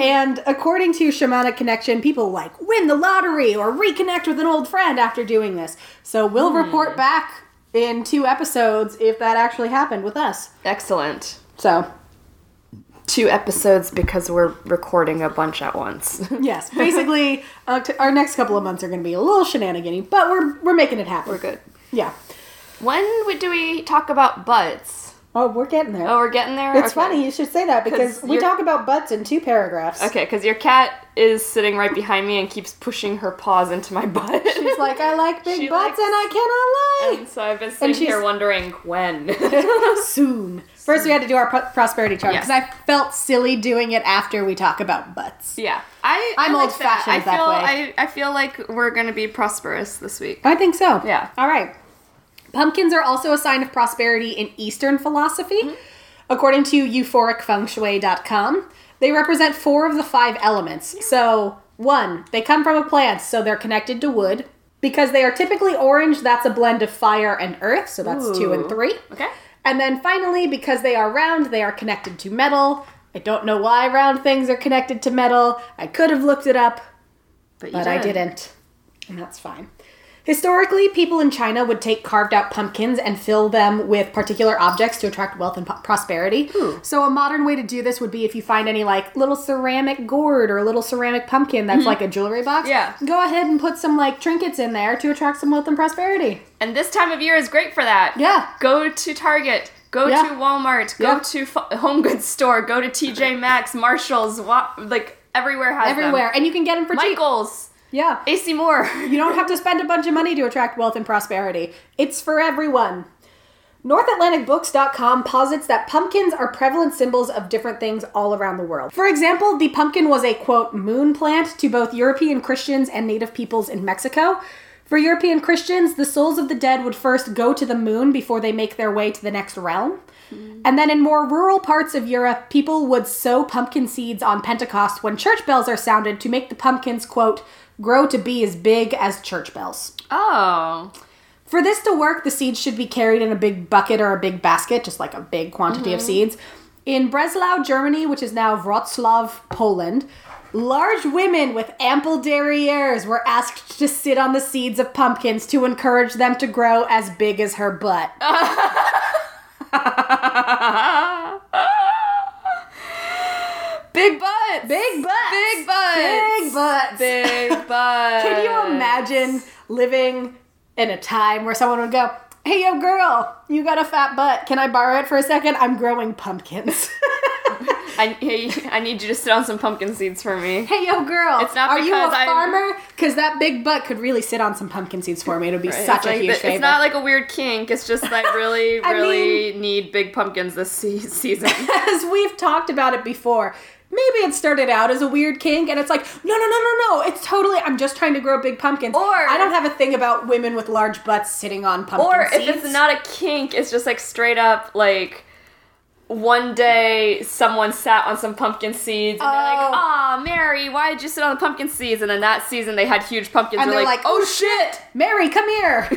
A: And according to Shamanic Connection, people like win the lottery or reconnect with an old friend after doing this. So we'll
B: Hmm.
A: report back in two episodes if that actually happened with us.
B: Excellent.
A: So, [LAUGHS]
B: Two episodes because we're recording a bunch at once. [LAUGHS]
A: yes, basically, uh, t- our next couple of months are going to be a little shenanigan but we're, we're making it happen.
B: we're good.
A: Yeah.
B: When would- do we talk about butts?
A: Oh, we're getting there.
B: Oh, we're getting there.
A: it's
B: Okay.
A: funny you should say that because
B: 'Cause
A: we
B: you're-
A: talk about butts in two paragraphs.
B: Okay, because your cat is sitting right behind me and keeps pushing her paws into my butt. [LAUGHS]
A: It's like, I like big
B: She
A: butts
B: likes-
A: and I cannot lie.
B: and so I've been sitting
A: she's-
B: here wondering
A: [LAUGHS]
B: when. [LAUGHS]
A: soon. First, we had to do our pro- prosperity chart
B: Yes.
A: because I felt silly doing it after we talk about butts.
B: Yeah, I
A: I'm
B: I like
A: old-fashioned
B: I
A: that
B: feel
A: way.
B: I, I feel like we're gonna be prosperous this week.
A: I think so.
B: Yeah.
A: All right. Pumpkins are also a sign of prosperity in Eastern philosophy.
B: Mm-hmm.
A: According to euphoricfengshui.com, they represent four of the five elements. So, one, they come from a plant, so they're connected to wood. Because they are typically orange, that's a blend of fire and earth, so that's two and
B: Ooh.
A: three.
B: Okay.
A: And then finally, because they are round, they are connected to metal. I don't know why round things are connected to metal. I could have looked it up,
B: you
A: but I didn't. And that's fine. Historically, people in China would take carved out pumpkins and fill them with particular objects to attract wealth and po- prosperity.
B: Ooh.
A: So, a modern way to do this would be if you find any like little ceramic gourd or little ceramic pumpkin that's like a jewelry box.
B: Mm-hmm. Yeah.
A: Go ahead and put some like trinkets in there to attract some wealth and prosperity.
B: And this time of year is great for that.
A: Yeah.
B: Go to Target. Go
A: Yeah.
B: to Walmart. Go
A: Yeah.
B: to F- Home Goods store. Go
A: [LAUGHS]
B: to TJ Maxx, Marshalls. Wa- like everywhere has them.
A: Everywhere. And you can get them for cheap.
B: Michaels,
A: Yeah.
B: AC
A: [LAUGHS]
B: Moore.
A: You don't have to spend a bunch of money to attract wealth and prosperity. It's for everyone. NorthAtlanticBooks.com posits that pumpkins are prevalent symbols of different things all around the world. For example, the pumpkin was a quote moon plant to both European Christians and native peoples in Mexico. For European Christians, the souls of the dead would first go to the moon before they make their way to the next realm. And then in more rural parts of Europe, people would sow pumpkin seeds on Pentecost when church bells are sounded to make the pumpkins, quote, grow to be as big as church bells.
B: Oh.
A: For this to work, the seeds should be carried in a big bucket or a big basket, just like a big quantity
B: Mm-hmm.
A: of seeds. In Breslau, Germany, which is now Wroclaw, Poland, large women with ample derrieres were asked to sit on the seeds of pumpkins to encourage them to grow as big as her butt.
B: Big butts.
A: Big butts.
B: Big butts.
A: Big butts.
B: Big
A: [LAUGHS]
B: butts.
A: Can you imagine living in a time where someone would go, Hey, yo, girl, you got a fat butt. Can I borrow it for a second? I'm growing pumpkins. [LAUGHS]
B: I, hey, I need you to sit on some pumpkin seeds for me.
A: hey, yo, girl,
B: It's not
A: are you a
B: because I'm-
A: farmer? Because that big butt could really sit on some pumpkin seeds for me. It would be
B: Right?
A: such
B: it's
A: a
B: like
A: huge
B: the-
A: favor.
B: It's not like a weird kink. It's just like
A: [LAUGHS]
B: really,
A: I
B: really need big pumpkins this
A: [LAUGHS]
B: se- season.
A: [LAUGHS] As we've talked about it before, maybe it started out as a weird kink and it's like, no, no, no, no, no. It's totally, I'm just trying to grow big pumpkins.
B: Or-
A: I don't have a thing about women with large butts sitting on pumpkin
B: or
A: seeds.
B: if it's not a kink, it's just like straight up like one day someone sat on some pumpkin seeds and they're like,
A: Oh.
B: "Ah, Mary, why did you sit on the pumpkin seeds?" And then that season they had huge pumpkins.
A: And
B: We're
A: they're like,
B: "Oh shit!"
A: Mary, come
B: [LAUGHS]
A: here.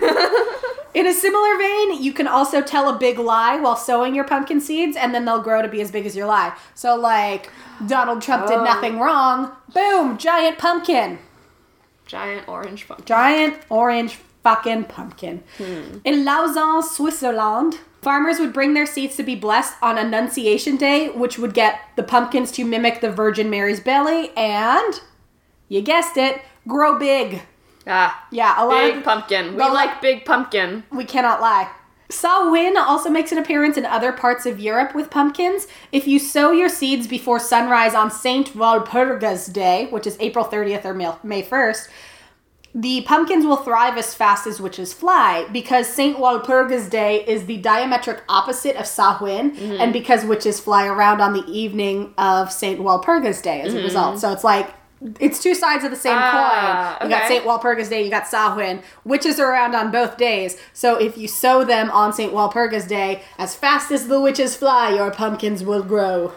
A: In a similar vein, you can also tell a big lie while sowing your pumpkin seeds, and then they'll grow to be as big as your lie. So, like, Donald Trump did
B: Oh.
A: nothing wrong. Boom, giant pumpkin.
B: Giant orange pumpkin.
A: Giant orange fucking pumpkin.
B: Hmm.
A: In Lausanne, Switzerland, farmers would bring their seeds to be blessed on Annunciation Day, which would get the pumpkins to mimic the Virgin Mary's belly and, you guessed it, grow big.
B: Ah,
A: Yeah, a lot
B: big
A: of
B: pumpkin. We
A: the-
B: like big pumpkin.
A: We cannot lie. Samhain also makes an appearance in other parts of Europe with pumpkins. If you sow your seeds before sunrise on Saint Walpurgis Day, which is April 30th or Mil- May 1st, the pumpkins will thrive as fast as witches fly because Saint Walpurgis Day is the diametric opposite of Samhain,
B: Mm-hmm.
A: and because witches fly around on the evening of Saint Walpurgis Day
B: Mm-hmm.
A: as a result. So it's like it's two sides of the same
B: Ah,
A: coin. You got
B: okay.
A: Saint Walpurgis Day, you got Samhain. Witches are around on both days, so if you sow them on Saint Walpurgis Day, as fast as the witches fly, your pumpkins will grow.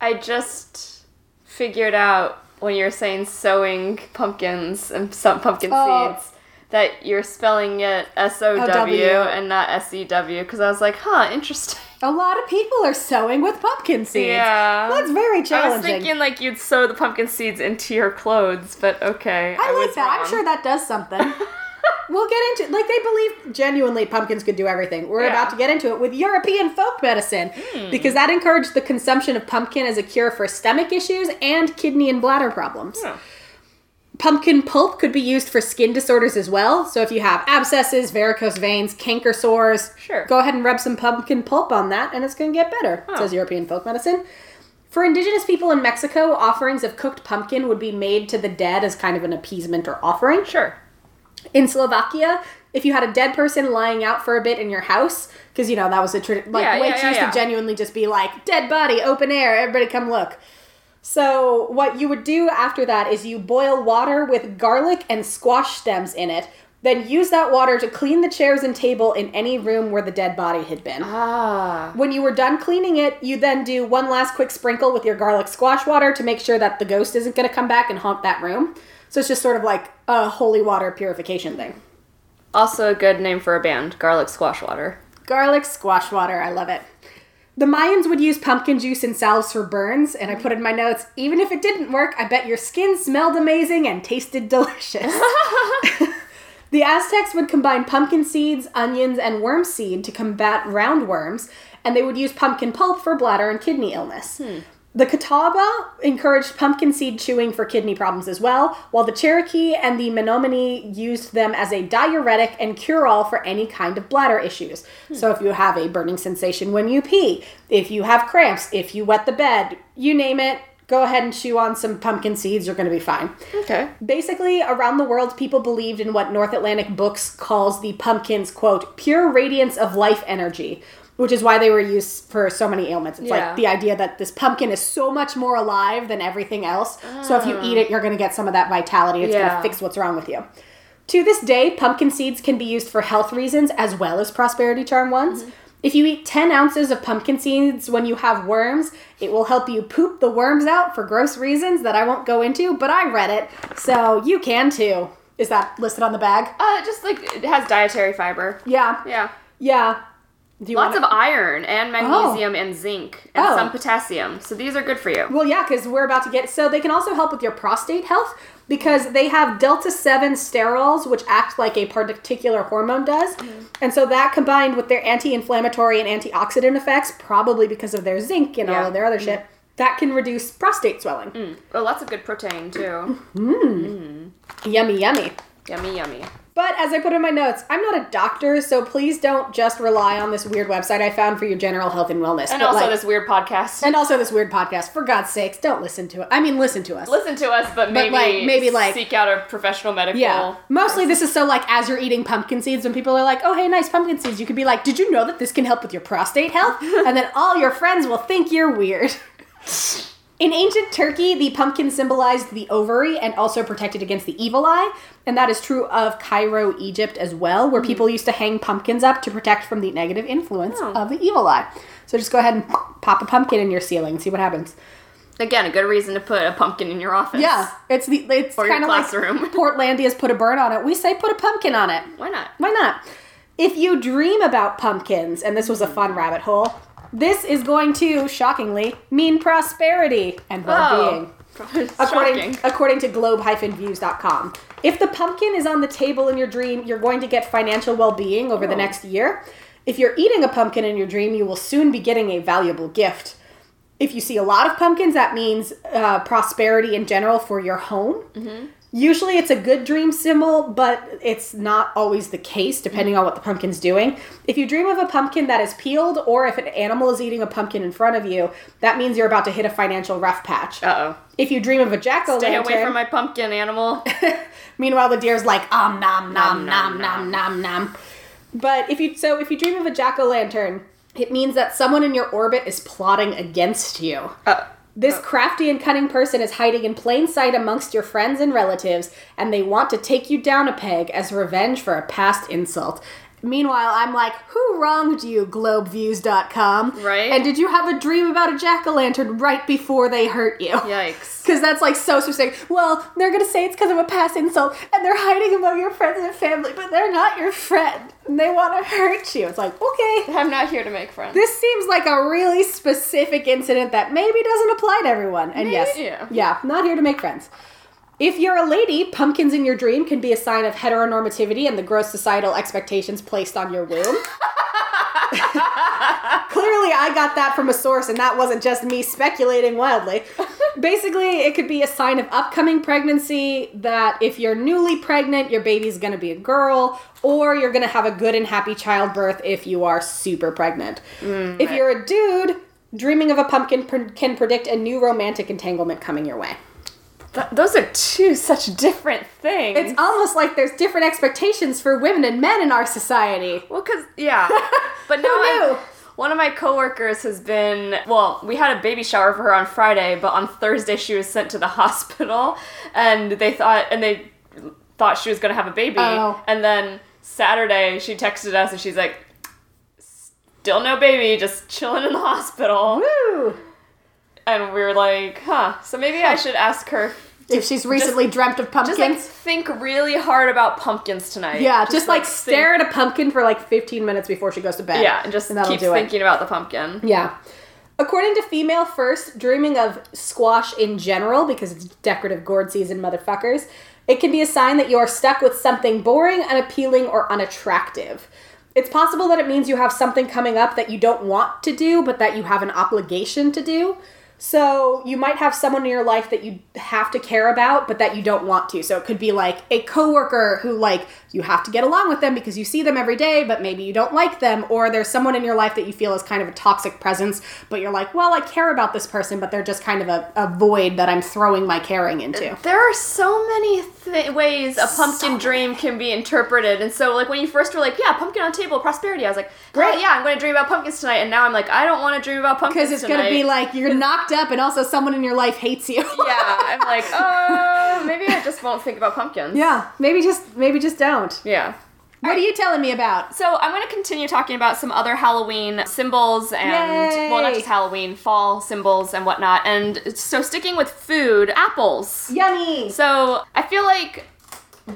B: I just figured out when you're saying sowing pumpkins and some pumpkin
A: Oh.
B: seeds that you're spelling it S O W
A: O W.
B: and not S E W because I was like, huh,
A: [LAUGHS]
B: interesting.
A: A lot of people are sowing with pumpkin seeds.
B: Yeah.
A: That's very
B: I
A: challenging.
B: was thinking like you'd sow the pumpkin seeds into your clothes, but okay.
A: I like
B: was
A: that.
B: wrong.
A: I'm sure that does something.
B: [LAUGHS]
A: we'll get into like they believe genuinely pumpkins could do everything. We're
B: Yeah. Hmm.
A: about to get into it with European folk medicine because that encouraged the consumption of pumpkin as a cure for stomach issues and kidney and bladder problems.
B: Yeah.
A: Pumpkin pulp could be used for skin disorders as well. So if you have abscesses, varicose veins, canker sores,
B: Sure.
A: go ahead and rub some pumpkin pulp on that and it's going to get better, says European folk medicine. For indigenous people in Mexico, offerings of cooked pumpkin would be made to the dead as kind of an appeasement or offering.
B: Sure.
A: In Slovakia, if you had a dead person lying out for a bit in your house, because you know that was a tradition, like
B: Yeah, yeah,
A: witch
B: yeah,
A: used
B: yeah.
A: to genuinely just be like, dead body, open air, everybody come look. So what you would do after that is you boil water with garlic and squash stems in it. Then use that water to clean the chairs and table in any room where the dead body had been.
B: Ah.
A: When you were done cleaning it, you then do one last quick sprinkle with your garlic squash water to make sure that the ghost isn't going to come back and haunt that room. So it's just sort of like a holy water purification thing.
B: Also a good name for a band, Garlic Squash Water.
A: Garlic squash water, I love it. The Mayans would use pumpkin juice and salves for burns, and I put in my notes, even if it didn't work, I bet your skin smelled amazing and tasted delicious. The Aztecs would combine pumpkin seeds, onions, and worm seed to combat roundworms, and they would use pumpkin pulp for bladder and kidney illness. The Catawba encouraged pumpkin seed chewing for kidney problems as well, while the Cherokee and the Menominee used them as a diuretic and cure all for any kind of bladder issues. So, if you have a burning sensation when you pee, if you have cramps, if you wet the bed, you name it, go ahead and chew on some pumpkin seeds, you're going to be fine.
B: Okay.
A: Basically, around the world, people believed in what North Atlantic Books calls the pumpkin's, quote, pure radiance of life energy, which is why they were used for so many ailments. It's
B: Yeah.
A: like the idea that this pumpkin is so much more alive than everything else. So if you eat it, you're going to get some of that vitality. It's going
B: Yeah.
A: to fix what's wrong with you. To this day, pumpkin seeds can be used for health reasons as well as prosperity charm ones. If you eat 10 ounces of pumpkin seeds when you have worms, it will help you poop the worms out for gross reasons that I won't go into, but I read it, so you can too. Is that listed on the bag?
B: Uh, just like it has dietary fiber.
A: Yeah.
B: Yeah.
A: Yeah. Do you
B: Lots
A: wanna-
B: of iron and magnesium and zinc and
A: Oh.
B: some potassium. So these are good for you.
A: Well, yeah, because we're about to get. So they can also help with your prostate health because they have delta 7 sterols, which act like a particular hormone does.
B: Mm-hmm.
A: And so that combined with their anti inflammatory and antioxidant effects, probably because of their zinc and all
B: Yeah. Mm.
A: of their other shit, that can reduce prostate swelling.
B: Oh, lots of good
A: [LAUGHS]
B: protein too.
A: Yummy, yummy.
B: yummy, yummy.
A: But as I put in my notes, I'm not a doctor, so please don't just rely on this weird website I found for your general health and wellness.
B: And
A: But,
B: also
A: like-
B: this weird podcast.
A: and also this weird podcast. For God's sakes, don't listen to it. I mean, listen to us.
B: [LAUGHS] Listen to us, but maybe
A: like, maybe, like-
B: seek out a professional medical.
A: Yeah. Mostly this is so like as you're eating pumpkin seeds, when people are like, oh, hey, nice pumpkin seeds, you could be like, did you know that this can help with your prostate
B: [LAUGHS]
A: health? and then all your friends will think you're weird. In ancient Turkey, the pumpkin symbolized the ovary and also protected against the evil eye, and that is true of Cairo, Egypt as well,
B: Hmm.
A: where people used to hang pumpkins up to protect from the negative influence
B: Oh.
A: of the evil eye. So just go ahead and pop a pumpkin in your ceiling, see what happens.
B: Again, a good reason to put a pumpkin in your office.
A: Yeah, it's the it's
B: your
A: kind of like
B: classroom. [LAUGHS]
A: Portlandia's put a bird on it. We say put a pumpkin on it.
B: Why not?
A: Why not? If you dream about pumpkins, and this was a fun rabbit hole, this is going to, shockingly, mean prosperity and well being. According,
B: Oh. Shocking.
A: according to globe-views.com. If the pumpkin is on the table in your dream, you're going to get financial well-being over the
B: Oh.
A: next year. If you're eating a pumpkin in your dream, you will soon be getting a valuable gift. If you see a lot of pumpkins, that means uh, prosperity in general for your home.
B: Mm-hmm.
A: Usually it's a good dream symbol, but it's not always the case, depending on what the pumpkin's doing. If you dream of a pumpkin that is peeled, or if an animal is eating a pumpkin in front of you, that means you're about to hit a financial rough patch.
B: Uh oh.
A: If you dream of a jack o'
B: Stay away from
A: lantern,
B: my pumpkin animal.
A: [LAUGHS] meanwhile the deer's like um nom nom
B: Nom,
A: nom
B: nom,
A: nom nom nom. But if you so if you dream of a jack o' lantern, it means that someone in your orbit is plotting against you.
B: Uh,
A: This crafty and cunning person is hiding in plain sight amongst your friends and relatives, and they want to take you down a peg as revenge for a past insult. Meanwhile, I'm like, who wronged you, globeviews.com?
B: Right.
A: And did you have a dream about a jack o' lantern right before they hurt you?
B: yikes.
A: Because that's like so specific. Well, they're gonna say it's because of a past insult, and they're hiding among your friends and family, but they're not your friend, and they want to hurt you. It's like, okay,
B: I'm not here to make friends.
A: this seems like a really specific incident that maybe doesn't apply to everyone. And yes,
B: Maybe. Yeah.
A: yeah, not here to make friends. If you're a lady, pumpkins in your dream can be a sign of heteronormativity and the gross societal expectations placed on your womb. Clearly, I got that from a source, and that wasn't just me speculating
B: [LAUGHS]
A: wildly. Basically, it could be a sign of upcoming pregnancy that if you're newly pregnant, your baby's gonna be a girl, or you're gonna have a good and happy childbirth if you are super pregnant.
B: Mm,
A: if you're a dude, dreaming of a pumpkin pr- can predict a new romantic entanglement coming your way.
B: Th- those are two such different things.
A: It's almost like there's different expectations for women and men in our society.
B: Well, cause
A: [LAUGHS]
B: yeah, but now
A: knew?
B: I'm, one of my coworkers has been. Well, we had a baby shower for her on [LAUGHS] Friday, but on Thursday she was sent to the hospital, and they thought, and they thought she was going to have a baby.
A: Oh.
B: And then Saturday, she texted us and she's like, still no baby, just chilling in the hospital.
A: Woo!
B: And we were like, huh. So maybe I should ask her.
A: If she's recently dreamt of pumpkins.
B: Just like think really hard about pumpkins tonight.
A: yeah, just, like,
B: think-
A: stare at a pumpkin for like 15 minutes before she goes to bed.
B: Yeah, and just
A: that'll
B: keep
A: do it.
B: thinking about the pumpkin.
A: Yeah. According to Female First, dreaming of squash in general, because it's decorative gourd season, motherfuckers, it can be a sign that you are stuck with something boring, unappealing, or unattractive. It's possible that it means you have something coming up that you don't want to do, but that you have an obligation to do. So you might have someone in your life that you have to care about, but that you don't want to. So it could be like a coworker who like you have to get along with them because you see them every day, but maybe you don't like them, or there's someone in your life that you feel is kind of a toxic presence, but you're like, well, I care about this person, but they're just kind of a, a void that I'm throwing my caring into.
B: There are so many th- ways a pumpkin dream can be interpreted, and so like when you first were like, "Yeah, pumpkin on table, prosperity," I was like, "Great,
A: Right.
B: yeah, I'm going to dream about pumpkins tonight," and now I'm like, "I don't want to dream about pumpkins
A: Because it's gonna be
B: tonight."
A: like you're knocked up, and also someone in your life hates you.
B: yeah, I'm like, oh, maybe I just won't think about
A: [LAUGHS]
B: pumpkins.
A: yeah. Maybe just maybe just don't.
B: yeah.
A: What are you telling me about?
B: So I'm going to continue talking about some other Halloween symbols and
A: Yay.
B: well, not just Halloween, fall symbols and whatnot. And so sticking with food, apples.
A: Yummy.
B: So I feel like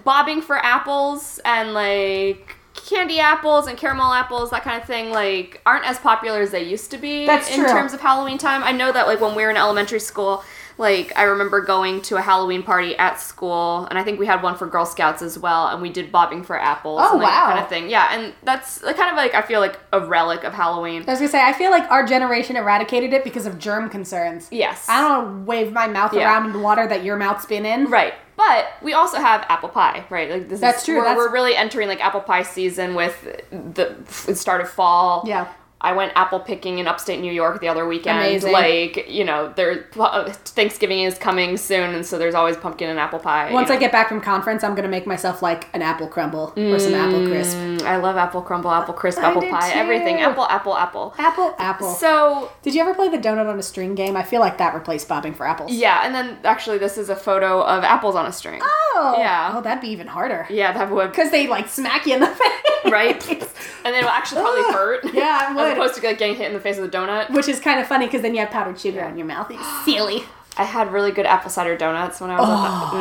B: bobbing for apples and like candy apples and caramel apples, that kind of thing, like aren't as popular as they used to be
A: That's
B: in
A: true.
B: terms of Halloween time. I know that like when we were in elementary school, like I remember going to a Halloween party at school, and I think we had one for Girl Scouts as well, and we did bobbing for apples
A: Oh,
B: and like, that
A: wow.
B: kind of thing. Yeah, and that's like, kind of like I feel like a relic of Halloween.
A: I was gonna say, I feel like our generation eradicated it because of germ concerns.
B: Yes.
A: I don't wanna wave my mouth
B: Yeah.
A: around in the water that your mouth's been in.
B: Right. But we also have apple pie, right? Like this
A: That's
B: is,
A: true,
B: We're,
A: that's-
B: we're really entering like apple pie season with the, the start of fall.
A: Yeah.
B: I went apple picking in upstate New York the other weekend.
A: Amazing.
B: Like you know, there uh, Thanksgiving is coming soon, and so there's always pumpkin and apple pie.
A: Once
B: you
A: I get back from conference, I'm gonna make myself like an apple crumble or some apple crisp.
B: know. Mm, I love apple crumble, apple crisp,
A: I
B: apple
A: do
B: pie, everything.
A: too.
B: Apple, apple, apple.
A: Apple, apple.
B: So
A: Did you ever play the donut on a string game? I feel like that replaced bobbing for apples.
B: yeah, and then actually this is a photo of apples on a string.
A: Oh,
B: Yeah.
A: Oh, that'd be even harder
B: Yeah, that would
A: because they like smack you in the [LAUGHS] face,
B: right, and it'll actually
A: [GASPS]
B: probably
A: Ugh.
B: hurt.
A: Yeah, it would.
B: [LAUGHS] as opposed to like getting hit in the face with a donut.
A: Which is kind of funny because then you have powdered sugar on your mouth. It's silly.
B: I had really good apple cider donuts when I was at the.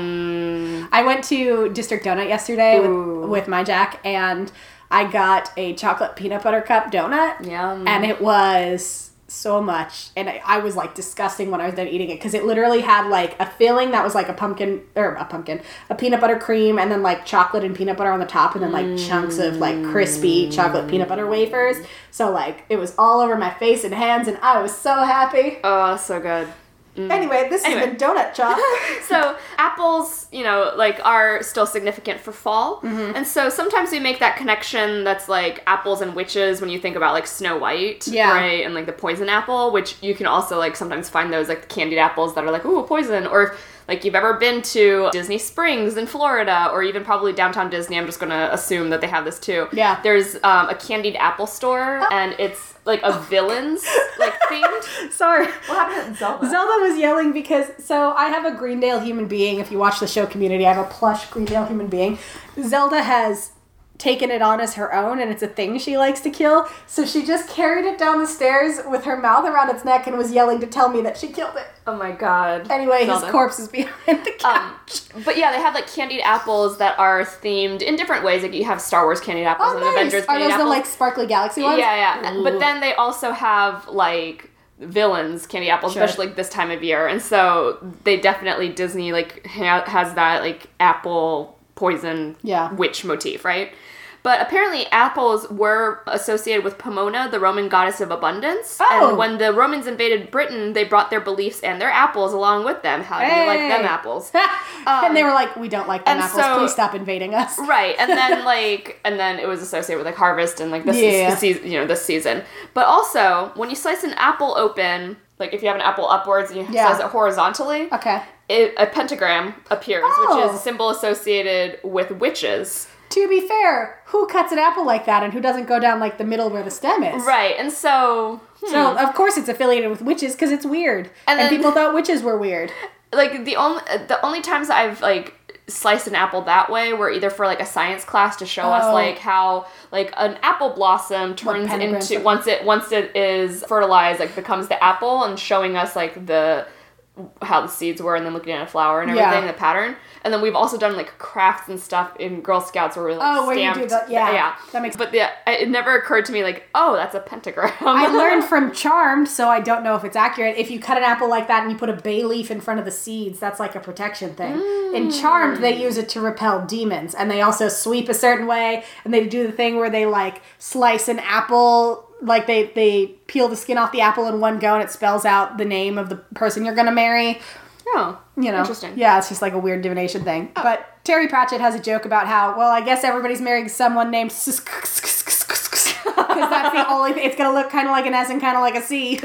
B: Mm,
A: I went to District Donut yesterday
B: Ooh.
A: with, with my Jack, and I got a chocolate peanut butter cup donut,
B: yum.
A: and it was so much. And I, I was like disgusting when I was done eating it because it literally had like a filling that was like a pumpkin or a pumpkin, a peanut butter cream, and then like chocolate and peanut butter on the top, and then like chunks of like crispy chocolate
B: Mm.
A: peanut butter wafers. So like it was all over my face and hands, and I was so happy.
B: oh, so good.
A: Anyway, this
B: Mm. Anyway.
A: has been donut chop.
B: [LAUGHS] So apples, you know, like are still significant for fall,
A: Mm-hmm.
B: and so sometimes we make that connection. That's like apples and witches when you think about like Snow White,
A: Yeah.
B: right, and like the poison apple, which you can also like sometimes find those like candied apples that are like ooh poison, or if like you've ever been to Disney Springs in Florida, or even probably downtown Disney. I'm just gonna assume that they have this too.
A: Yeah. Oh.
B: there's um, a candied apple store, and it's like a villains like
A: [LAUGHS]
B: themed.
A: Sorry.
B: What happened at Zelda?
A: Zelda was yelling because so I have a Greendale human being. If you watch the show Community, I have a plush Greendale human being. Zelda has taken it on as her own, and it's a thing she likes to kill. So she just carried it down the stairs with her mouth around its neck and was yelling to tell me that she killed it.
B: oh my god.
A: Anyway,
B: Zelda.
A: his corpse is behind the
B: [LAUGHS] Um,
A: couch.
B: but yeah, they have like candied apples that are themed in different ways. Like you have Star Wars candied apples
A: oh,
B: and
A: nice.
B: Avengers
A: Are
B: candied
A: those the
B: apples.
A: like sparkly galaxy ones?
B: yeah, yeah.
A: Ooh.
B: But then they also have like villains candied apples,
A: Sure.
B: especially like this time of year. And so they definitely Disney like ha- has that like apple poison
A: Yeah.
B: witch motif, right? But apparently, apples were associated with Pomona, the Roman goddess of abundance.
A: Oh.
B: And when the Romans invaded Britain, they brought their beliefs and their apples along with them. How do you like them
A: Hey.
B: apples?
A: [LAUGHS]
B: Um,
A: and they were like, "We don't like them
B: and
A: apples.
B: so-
A: Please stop invading us."
B: Right, and
A: [LAUGHS]
B: then like, and then it was associated with like harvest and like this
A: Yeah.
B: is the season, you know, this season. But also, when you slice an apple open, like if you have an apple upwards and you
A: Yeah.
B: slice it horizontally,
A: Okay.
B: it, a pentagram appears, which
A: Oh.
B: is a symbol associated with witches.
A: To be fair, who cuts an apple like that, and who doesn't go down like the middle where the stem is?
B: Right, and so
A: So of course it's affiliated with witches because it's weird,
B: Hmm. And
A: and,
B: then- [LAUGHS]
A: people thought witches were weird.
B: like the only the only times I've like sliced an apple that way were either for like a science class to show us
A: Oh.
B: like how like an apple blossom turns
A: pentagrams
B: into
A: are-
B: once it once it is fertilized like becomes the apple and showing us like the how the seeds were and then looking at a flower and
A: Yeah.
B: everything the pattern and then we've also done like crafts and stuff in Girl Scouts where we like
A: Oh, where you do
B: stamped
A: the- yeah.
B: yeah
A: That makes-
B: but the it never occurred to me like oh that's a pentagram
A: I
B: [LAUGHS]
A: learned from Charmed, so I don't know if it's accurate. If you cut an apple like that and you put a bay leaf in front of the seeds, that's like a protection thing.
B: Hmm.
A: In Charmed, they use it to repel demons, and they also sweep a certain way, and they do the thing where they like slice an apple, like they they peel the skin off the apple in one go, and it spells out the name of the person you're gonna marry
B: oh
A: you know,
B: interesting
A: Yeah, it's just like a weird divination thing. But Terry Pratchett has a joke about how, well, I guess everybody's marrying someone named because that's the only thing. It's gonna look kind of like an S and kind of like a C.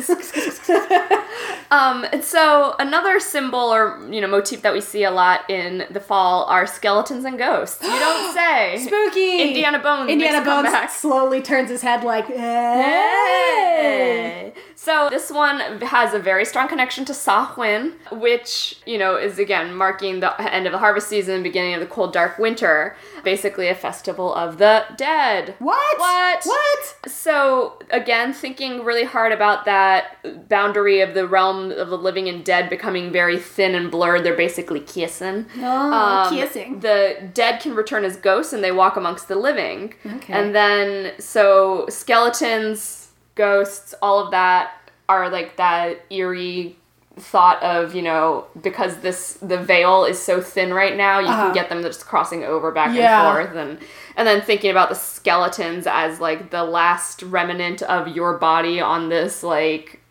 B: Um, and so another symbol or you know motif that we see a lot in the fall are skeletons and ghosts.
A: [GASPS]
B: You don't say.
A: Spooky.
B: Indiana Bones
A: Indiana
B: makes a
A: Bones
B: comeback.
A: slowly turns his head like, hey.
B: Hey. So this one has a very strong connection to Samhain, which you know is again marking the end of the harvest season, beginning of the cold, dark winter. Basically, a festival of the dead.
A: What?
B: What?
A: What?
B: So again, thinking really hard about that boundary of the realm of the living and dead becoming very thin and blurred. They're basically kissing.
A: Oh, kissing.
B: The dead can return as ghosts and they walk amongst the living.
A: Okay.
B: And then so skeletons, ghosts, all of that are like that eerie thought of you know because this the veil is so thin right now you
A: Uh-huh.
B: can get them just crossing over back
A: Yeah.
B: and forth and and then thinking about the skeletons as like the last remnant of your body on this like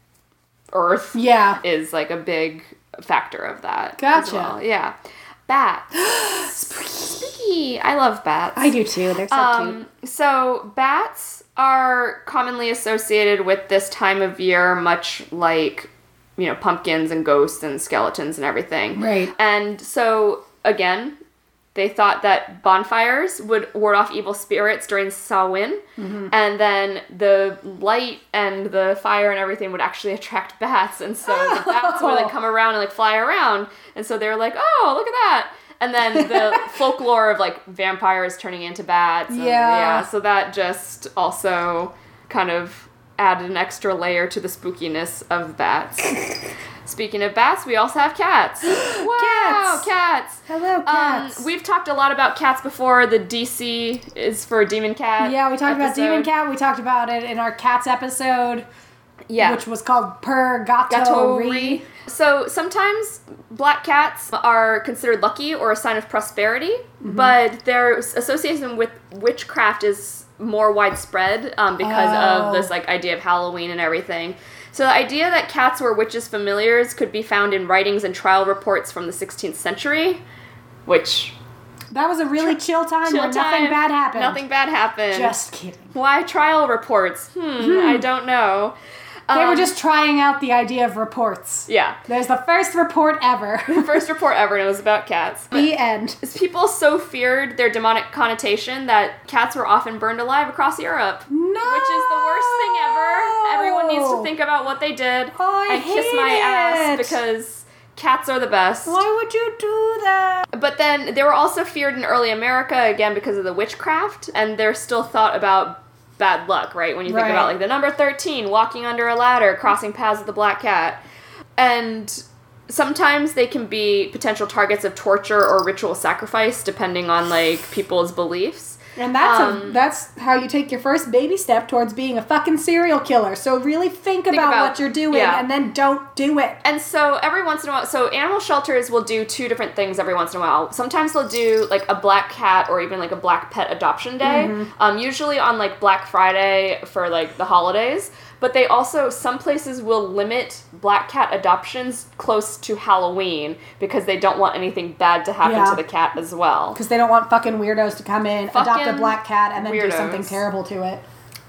B: earth
A: Yeah.
B: is like a big factor of that. As
A: Gotcha.
B: well. Yeah.
A: [GASPS]
B: Bats. Spooky. I love bats.
A: I do too. They're so cute.
B: Um, so bats are commonly associated with this time of year, much like you know pumpkins and ghosts and skeletons and everything.
A: Right.
B: And so again, they thought that bonfires would ward off evil spirits during Samhain,
A: Mm-hmm.
B: and then the light and the fire and everything would actually attract bats, and so
A: [LAUGHS]
B: the bats would like come around and like fly around, and so they were like, oh, look at that. And
A: [LAUGHS]
B: then the folklore of like vampires turning into bats. and-
A: Yeah.
B: yeah. So that just also kind of added an extra layer to the spookiness of
A: [COUGHS]
B: bats. Speaking of bats, we also
A: [GASPS]
B: have cats. Wow,
A: Cats.
B: cats.
A: Hello, cats.
B: Um, we've talked a lot about cats before. The DC is for Demon Cat.
A: yeah, we talked about
B: episode.
A: Demon Cat. We talked about it in our Cats episode,
B: Yeah.
A: which was called Purgatory.
B: Gatori. So sometimes black cats are considered lucky or a sign of prosperity,
A: Mm-hmm.
B: but their association with witchcraft is more widespread um, because
A: Oh.
B: of this like idea of Halloween and everything. So the idea that cats were witches' familiars could be found in writings and trial reports from the 16th century, which
A: That was a really chill time
B: chill
A: where
B: time,
A: nothing bad happened.
B: Nothing bad happened.
A: Just kidding.
B: why trial reports? Hmm, I don't know.
A: They were
B: Um,
A: just trying out the idea of reports.
B: yeah.
A: There's the first report
B: [LAUGHS]
A: ever.
B: First report ever, and it was about
A: [LAUGHS]
B: cats.
A: the end.
B: People so feared their demonic connotation that cats were often burned alive across Europe.
A: No.
B: Which is the worst thing ever. Everyone needs to think about what they did
A: Oh, I
B: and kiss
A: hate
B: my
A: it.
B: ass because cats are the best.
A: Why would you do that?
B: But then they were also feared in early America again because of the witchcraft, and they're still thought about bad luck, right? When you think
A: Right.
B: about like the number 13, walking under a ladder, crossing paths with the black cat. And sometimes they can be potential targets of torture or ritual sacrifice depending on like people's beliefs.
A: And that's a,
B: Um,
A: that's how you take your first baby step towards being a fucking serial killer. So really think, about,
B: about-
A: what you're doing
B: yeah.
A: and then don't do it.
B: And so every once in a while, so animal shelters will do two different things every once in a while. Sometimes they'll do like a black cat or even like a black pet adoption day,
A: Mm-hmm.
B: um, usually on like Black Friday for like the holidays. But they also, some places will limit black cat adoptions close to Halloween because they don't want anything bad to happen
A: Yeah.
B: to the cat as well.
A: Because they don't want fucking weirdos to come in, adopt a
B: Fucking
A: black cat, and then do
B: weirdos.
A: something terrible to it.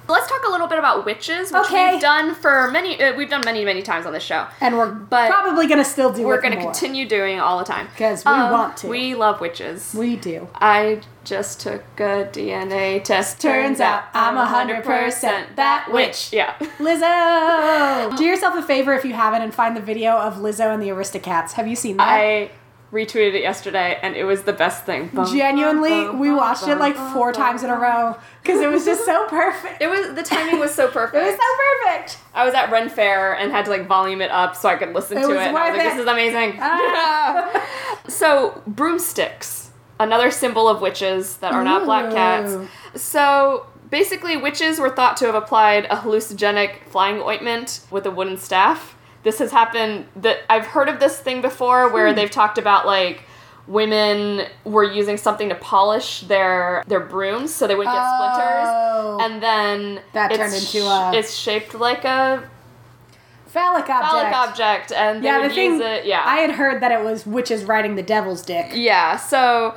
B: Let's talk a little bit about witches, which
A: Okay.
B: we've done for many, uh, we've done many, many times on this show.
A: And we're
B: But
A: probably gonna still do
B: We're
A: it.
B: going to
A: more.
B: continue doing all the time Um,
A: 'Cause we want to.
B: We love witches.
A: We do.
B: I just took a DNA test.
A: Turns out I'm 100% that witch.
B: Yeah. [LAUGHS]
A: Lizzo! Do yourself a favor if you haven't and find the video of Lizzo and the Aristocats. Have you seen that?
B: I retweeted it yesterday, and it was the best thing. Bum,
A: Genuinely,
B: bum,
A: we
B: bum,
A: watched it
B: bum,
A: like
B: bum,
A: four
B: bum.
A: times in a row because it was just so perfect.
B: It was the timing was
A: [LAUGHS]
B: so
A: It
B: perfect.
A: was so perfect.
B: I was at Ren Fair and had to like volume it up so I could listen
A: It
B: to
A: was
B: it. And I was
A: worth
B: like,
A: it.
B: this is amazing. Uh,
A: Ah.
B: So, broomsticks, another symbol of witches that are not black cats.
A: Ooh.
B: So, basically, witches were thought to have applied a hallucinogenic flying ointment with a wooden staff. This has happened that I've heard of this thing before where
A: Hmm.
B: they've talked about like women were using something to polish their their brooms so they wouldn't get
A: Oh.
B: splinters and then
A: That
B: it's
A: turned into
B: sh-
A: a-
B: it's shaped like a
A: [LAUGHS] Phallic object.
B: phallic object and they
A: Yeah,
B: would
A: the thing.
B: use it yeah
A: I had heard that it was witches riding the devil's dick.
B: Yeah, so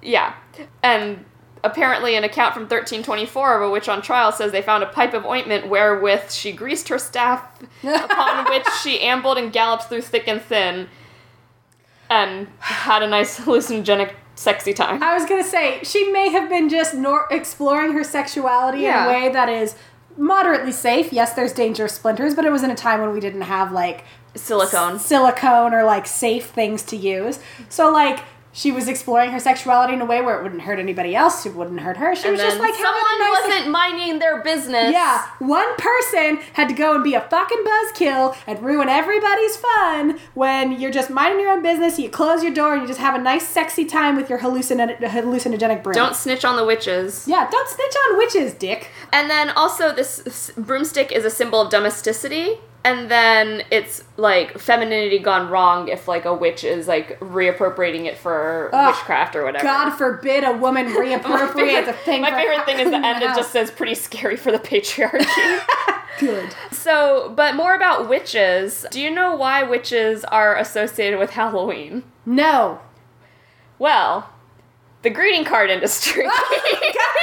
B: yeah. And apparently an account from 1324 of a witch on trial says they found a pipe of ointment wherewith she greased her staff
A: [LAUGHS]
B: upon which she ambled and galloped through thick and thin and had a nice hallucinogenic sexy time.
A: I was gonna say she may have been just nor- exploring her sexuality in
B: Yeah.
A: a way that is moderately safe. Yes, there's dangerous splinters, but it was in a time when we didn't have like
B: Silicone.
A: silicone or like safe things to use. So like she was exploring her sexuality in a way where it wouldn't hurt anybody else. It wouldn't hurt her. She
B: And
A: was just
B: then
A: like having
B: someone
A: a nice
B: wasn't minding their business.
A: Yeah, one person had to go and be a fucking buzzkill and ruin everybody's fun when you're just minding your own business, you close your door, and you just have a nice, sexy time with your hallucin- hallucinogenic broom.
B: Don't snitch on the witches.
A: Yeah, don't snitch on witches, dick.
B: And then also, this s- broomstick is a symbol of domesticity. And then it's like femininity gone wrong if like a witch is like reappropriating it for
A: Ugh,
B: witchcraft or whatever.
A: God forbid a
B: [LAUGHS]
A: woman reappropriates a thing.
B: my
A: for-
B: favorite thing is
A: [LAUGHS]
B: the
A: in
B: end. It
A: house.
B: just says pretty scary for the patriarchy. [LAUGHS]
A: good.
B: so, but more about witches. Do you know why witches are associated with Halloween? [LAUGHS]
A: No.
B: Well, the greeting
A: [LAUGHS]
B: card industry. [LAUGHS]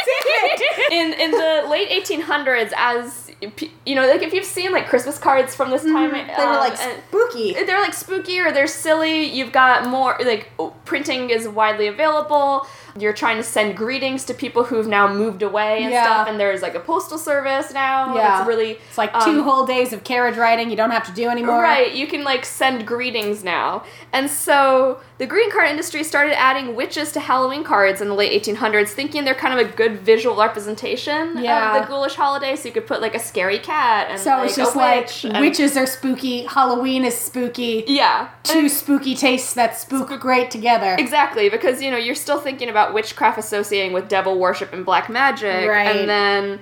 B: in in the late 1800s, as p- you know, like if you've seen like Christmas cards from this time,
A: Mm-hmm. They were
B: um,
A: like
B: and-
A: spooky.
B: they're like spooky or they're silly. You've got more like printing is widely available. You're trying to send greetings to people who've now moved away and
A: Yeah.
B: stuff. And there's like a postal service now.
A: Yeah.
B: it's really
A: It's like
B: um,
A: two whole days of carriage riding. You don't have to do anymore.
B: Right, you can like send greetings now. And so the greeting card industry started adding witches to Halloween cards in the late 1800s, thinking they're kind of a good visual representation
A: Yeah.
B: of the ghoulish holiday. So you could put like a scary cat and
A: So
B: like,
A: it's just
B: a
A: like
B: witch. and-
A: witches are spooky. Halloween is spooky.
B: yeah.
A: two spooky tastes that spook great together.
B: Exactly, because you know you're still thinking about witchcraft associating with devil worship and black magic,
A: Right.
B: and then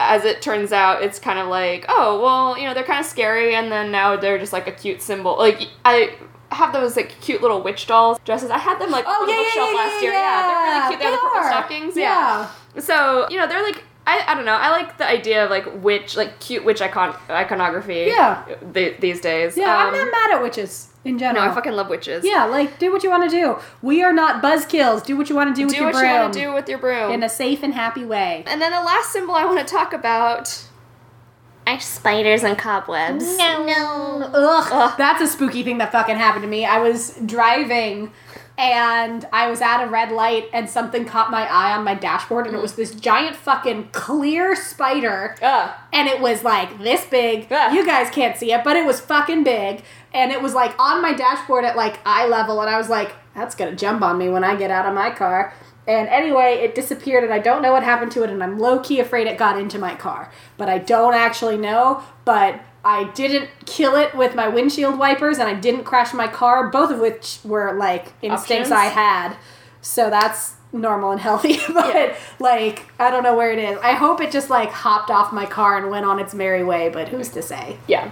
B: as it turns out, it's kind of like, oh well, you know they're kind of scary, and then now they're just like a cute symbol. Like I have those like cute little witch dolls dresses. I had them like
A: Oh
B: on the
A: yeah, yeah,
B: bookshelf
A: yeah,
B: last
A: yeah,
B: year.
A: yeah.
B: they're really cute. They, have the purple
A: are.
B: stockings. Yeah. So you know they're like. I, I don't know. I like the idea of like witch, like cute witch icon iconography.
A: Yeah.
B: th- these days.
A: Yeah, I'm
B: Um,
A: not mad at witches in
B: No,
A: general.
B: I fucking love witches.
A: yeah, like do what you want to do. We are not buzzkills. Do what you want to do with
B: Do
A: your
B: what
A: broom
B: you want to do with your broom.
A: in a safe and happy way.
B: And then the last symbol I want to talk about are spiders and cobwebs.
A: No. Ugh, That's a spooky thing that fucking happened to me. I was driving and I was at a red light and something caught my eye on my dashboard and it was this giant fucking clear spider.
B: Ugh.
A: and it was like this big.
B: Yeah.
A: You guys can't see it, but it was fucking big. And it was like on my dashboard at like eye level, and I was like, that's gonna jump on me when I get out of my car. And anyway, it disappeared, and I don't know what happened to it, and I'm low key afraid it got into my car. But I don't actually know, but I didn't kill it with my windshield wipers, and I didn't crash my car, both of which were like instincts
B: Options?
A: I had. So that's normal and healthy. [LAUGHS] but
B: Yeah.
A: like, I don't know where it is. I hope it just like hopped off my car and went on its merry way, but who's to say?
B: Yeah.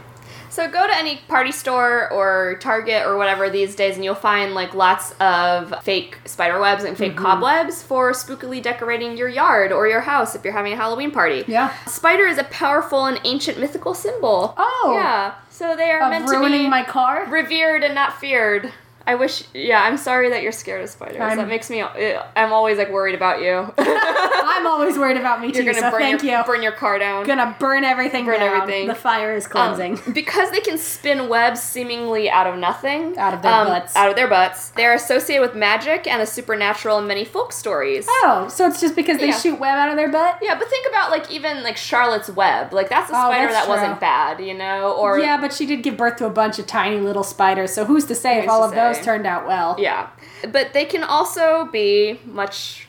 B: So go to any party store or Target or whatever these days, and you'll find like lots of fake spider webs and
A: Mm-hmm.
B: fake cobwebs for spookily decorating your yard or your house if you're having a Halloween party.
A: Yeah.
B: Spider is a powerful and ancient mythical symbol.
A: Oh.
B: Yeah. So they are meant
A: Of
B: to be
A: ruining my
B: [LAUGHS]
A: car?
B: revered and not feared. I wish. Yeah, I'm sorry that you're scared of spiders.
A: I'm-
B: that makes me. eh, I'm always like worried about you. [LAUGHS]
A: I'm always worried about me too,
B: You're gonna
A: so
B: burn
A: oh, thank
B: your
A: you.
B: burn your car down.
A: gonna burn everything
B: Burn
A: down.
B: everything.
A: The fire is
B: Um,
A: cleansing. [LAUGHS]
B: [LAUGHS] because they can spin webs seemingly out of nothing. Um,
A: Out of their butts.
B: Out of their butts. They're associated with magic and the supernatural in many folk stories.
A: oh, so it's just because they
B: Yeah.
A: shoot web out of their butt?
B: Yeah, but think about like even like Charlotte's Web. Like that's a
A: Oh,
B: spider
A: that's
B: that
A: true.
B: wasn't bad, you know? Or
A: yeah, but she did give birth to a bunch of tiny little spiders, so who's to say if
B: Who's
A: all
B: to
A: of
B: say?
A: those turned out well.
B: Yeah, but they can also be much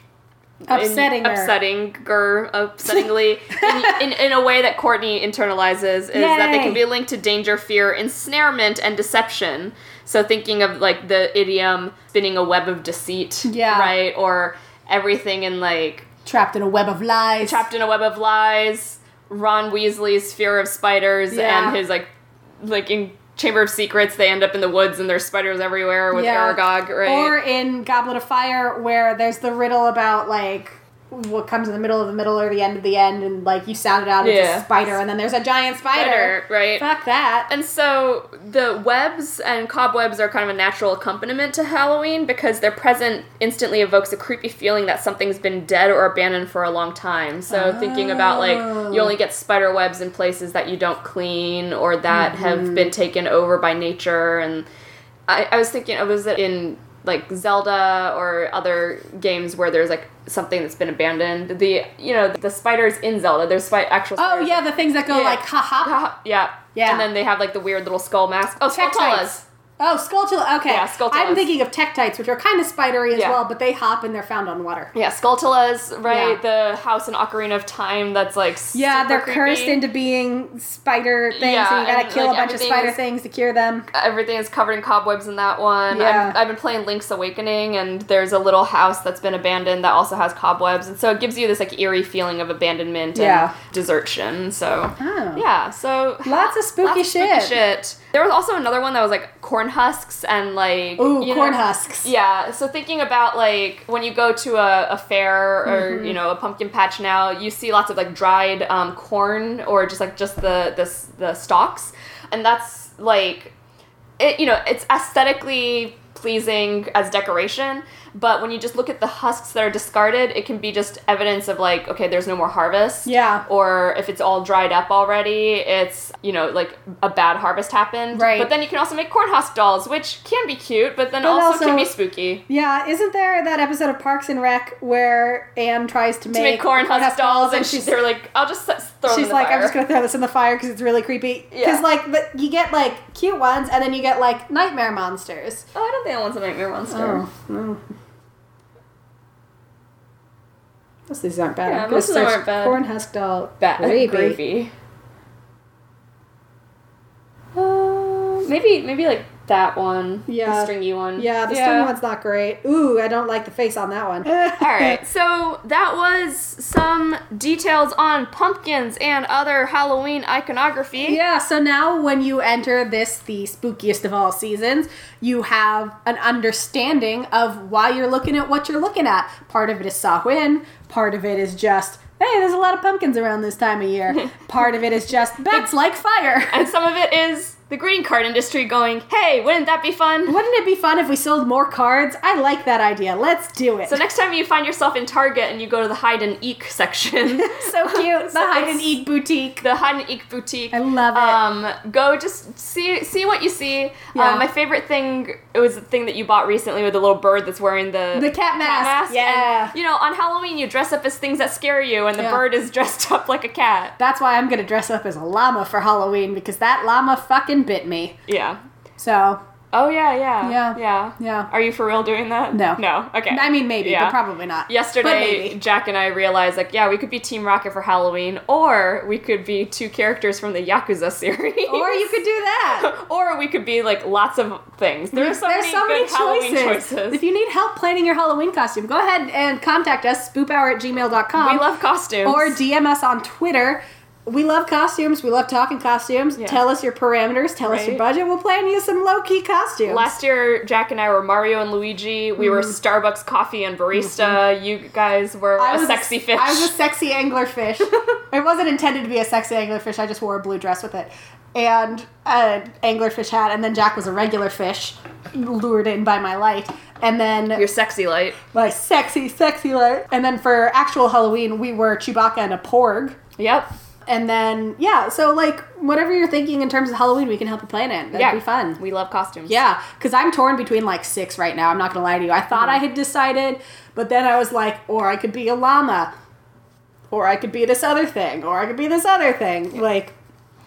A: Upsetting her.
B: upsetting, upsettingly, in, in, in a way that Courtney internalizes is that they
A: Yay.
B: can be linked to danger, fear, ensnarement, and deception. So thinking of like the idiom spinning a web of deceit,
A: Yeah.
B: right, or everything in like
A: Trapped in a web of lies.
B: trapped in a web of lies. Ron Weasley's fear of spiders
A: Yeah.
B: and his like, like in Chamber of Secrets, they end up in the woods and there's spiders everywhere with
A: Yeah.
B: Aragog, right?
A: Or in Goblet of Fire, where there's the riddle about like what comes in the middle of the middle or the end of the end, and like you sound it out as
B: Yeah.
A: a spider, and then there's a giant spider.
B: Spider, right?
A: Fuck that.
B: And so the webs and cobwebs are kind of a natural accompaniment to Halloween because their presence instantly evokes a creepy feeling that something's been dead or abandoned for a long time. So thinking about like you only get spider webs in places that you don't clean or that
A: Mm-hmm.
B: have been taken over by nature. And I, I was thinking, oh, was it in like Zelda or other games where there's like something that's been abandoned? The you know the spiders in Zelda, there's spi- actual.
A: Oh
B: spiders
A: yeah, the things that go
B: Yeah.
A: like ha ha.
B: uh, yeah.
A: Yeah.
B: And then they have like the weird little skull mask. Oh,
A: Tektites.
B: Skulltulas.
A: Oh, skulltula. Okay,
B: Yeah, skulltulas.
A: I'm thinking of tektites, which are kind of spidery as
B: Yeah.
A: well, but they hop and they're found on water.
B: Yeah, Skulltulas, right?
A: Yeah.
B: The house in Ocarina of Time that's like
A: Yeah,
B: super
A: they're
B: creepy.
A: cursed into being spider things,
B: Yeah,
A: and you gotta
B: and,
A: kill
B: like,
A: a bunch of
B: everything
A: spider
B: is-
A: things to cure them.
B: Everything is covered in cobwebs in that one.
A: Yeah.
B: I'm, I've been playing Link's Awakening, and there's a little house that's been abandoned that also has cobwebs, and so it gives you this like eerie feeling of abandonment
A: Yeah.
B: and desertion. So
A: Oh.
B: yeah, so
A: Lots of spooky
B: lots
A: shit.
B: shit. There was also another one that was like corn husks and like
A: Ooh,
B: you know-
A: corn husks.
B: Yeah, so thinking about like when you go to a, a fair or you know a pumpkin patch now, you see lots of like dried um, corn or just like just the the s- the stalks, and that's like it you know it's aesthetically pleasing as decoration but when you just look at the husks that are discarded it can be just evidence of like okay there's no more harvest
A: Yeah.
B: or if it's all dried up already it's you know like a bad harvest happened
A: Right.
B: but then you can also make corn husk dolls which can be cute but then
A: But
B: also,
A: also-
B: can be spooky
A: Yeah, isn't there that episode of Parks and Rec where Anne tries to make,
B: to make corn husk dolls and she's
A: she's
B: they're like i'll just s- throw them in
A: she's
B: the
A: like, I'm
B: fire."
A: just gonna throw this in the fire because it's really creepy. Because
B: Yeah.
A: like, but you get like cute ones and then you get like nightmare monsters. Oh,
B: oh i don't think i want to make mirror monster
A: no. Most of these aren't bad.
B: Yeah,
A: I'm gonna
B: most of them
A: search
B: aren't bad.
A: Corn husk doll.
B: Bad.
A: creepy.
B: Creepy. Uh, maybe maybe like that one.
A: Yeah.
B: The stringy one.
A: Yeah, the string one's not great. Ooh, I don't like the face on that one.
B: [LAUGHS] All right. So that was some details on pumpkins and other Halloween iconography.
A: Yeah, so now when you enter this, the spookiest of all seasons, you have an understanding of why you're looking at what you're looking at. Part of it is Samhain, part of it is just, hey, there's a lot of pumpkins around this time of
B: [LAUGHS]
A: year. part of it is just, bats like fire.
B: And some of it is the green card industry going, "Hey, wouldn't that be
A: [LAUGHS]
B: fun?"
A: Wouldn't it be fun if we sold more cards? I like that idea. Let's do it.
B: So next time you find yourself in Target and you go to the hide and eek section,
A: [LAUGHS] [LAUGHS]
B: [LAUGHS]
A: so cute. The
B: So
A: hide
B: it's-
A: and eat boutique.
B: the Hide and Eek boutique.
A: I love it.
B: Um, go just see see what you see.
A: Yeah.
B: Um, my favorite thing it was the thing that you bought recently with the little bird that's wearing the
A: The cat mask. Yeah.
B: And, you know, on Halloween you dress up as things that scare you, and the
A: Yeah.
B: bird is [LAUGHS] dressed up like a cat.
A: That's why I'm gonna dress up as a llama for Halloween because that llama fucking bit me.
B: Yeah.
A: So,
B: Oh yeah, yeah,
A: Yeah.
B: yeah,
A: Yeah.
B: Are you for real doing that?
A: No.
B: no. Okay.
A: I mean, maybe,
B: Yeah.
A: but probably not. But
B: Yesterday,
A: maybe.
B: Jack and I realized, like, yeah, we could be Team Rocket for Halloween, or we could be two characters from the Yakuza series.
A: Or you could do that.
B: or we could be like lots of things. [LAUGHS] There are so
A: There's
B: many
A: so many
B: good Halloween
A: choices.
B: choices.
A: If you need help planning your Halloween costume, go ahead and contact us, spoophour at gmail.com.
B: we love costumes.
A: um, Or DM us on Twitter. We love costumes. We love talking costumes.
B: Yeah.
A: Tell us your parameters. Tell us your
B: Right.
A: budget. We'll plan you some low key costumes.
B: last year, Jack and I were Mario and Luigi. We were
A: Mm-hmm.
B: Starbucks coffee and barista. You guys were
A: I
B: a
A: was
B: sexy fish.
A: I was a sexy
B: [LAUGHS]
A: anglerfish. it wasn't intended to be a sexy anglerfish. I just wore a blue dress with it and an anglerfish hat. And then Jack was a regular fish, lured in by my light. And then
B: Your sexy light.
A: my sexy, sexy light. And then for actual Halloween, we were Chewbacca and a Porg.
B: Yep.
A: And then yeah, so like whatever you're thinking in terms of Halloween, we can help you plan it. That'd
B: yeah.
A: be fun.
B: We love costumes.
A: Yeah, because I'm torn between like six right now. I'm not gonna lie to you. I thought I had decided, but then I was like, or I could be a llama, or I could be this other thing, or I could be this other thing. Like,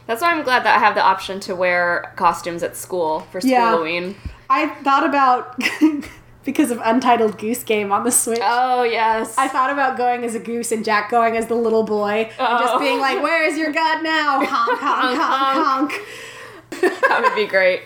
B: That's why I'm glad that I have the option to wear costumes at school for
A: Yeah.
B: Halloween.
A: I thought about [LAUGHS] because of Untitled Goose Game on the Switch.
B: Oh yes.
A: I thought about going as a goose and Jack going as the little boy, and just
B: Oh.
A: being like, "Where is your god now?" [LAUGHS] Honk, honk, honk, honk.
B: [LAUGHS] that would be great.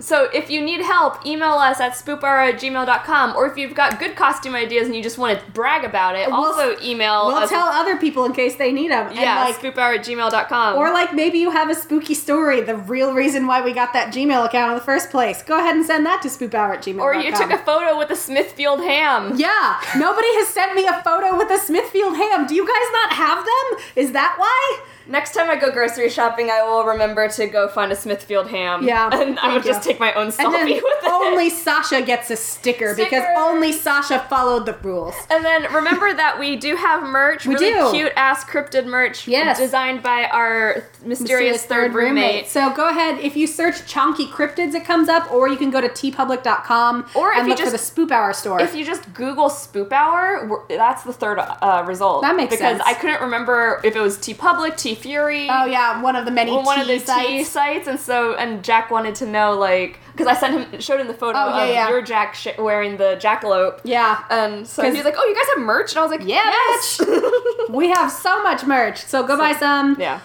B: So if you need help, email us at spoopara at gmail.com, or if you've got good costume ideas and you just want to brag about it,
A: We'll-
B: also email
A: We'll
B: us.
A: tell other people in case they need them.
B: yeah,
A: and like,
B: spoophour at gmail.com.
A: or like maybe you have a spooky story, the real reason why we got that Gmail account in the first place. Go ahead and send that to spoophour at gmail.
B: or you took a photo with a Smithfield ham.
A: yeah, nobody has sent me a photo with a Smithfield ham. Do you guys not have them? Is that why?
B: Next time I go grocery shopping, I will remember to go find a Smithfield ham.
A: Yeah,
B: [LAUGHS] And I
A: thank
B: would just
A: you.
B: take my own
A: And
B: selfie
A: then
B: with it.
A: only Sasha gets a sticker, because
B: Sticker.
A: only Sasha followed the rules.
B: [LAUGHS] And then remember that we do have merch.
A: We
B: really
A: do.
B: cute ass cryptid merch.
A: Yes.
B: Designed by our mysterious, third, roommate.
A: So go ahead. If you search Chonky Cryptids, it comes up, or you can go to tpublic.com
B: Or if
A: and
B: you
A: look for the
B: just-
A: Spoop Hour store.
B: If you just Google Spoop Hour, we're- that's the third uh, result.
A: That makes
B: because
A: sense.
B: I couldn't remember if it was T Public, T Fury,
A: oh yeah, one of the many
B: or one of
A: tea
B: the T
A: sites.
B: sites, and so and Jack wanted to know like because I sent him showed him the photo
A: Oh, yeah,
B: of
A: yeah.
B: your Jack sh- wearing the jackalope,
A: Yeah.
B: and so
A: 'Cause-
B: he's like, "Oh, you guys have merch," and I was like,
A: Yeah,
B: yes."
A: [LAUGHS] we have so much merch. So go buy some. Yeah,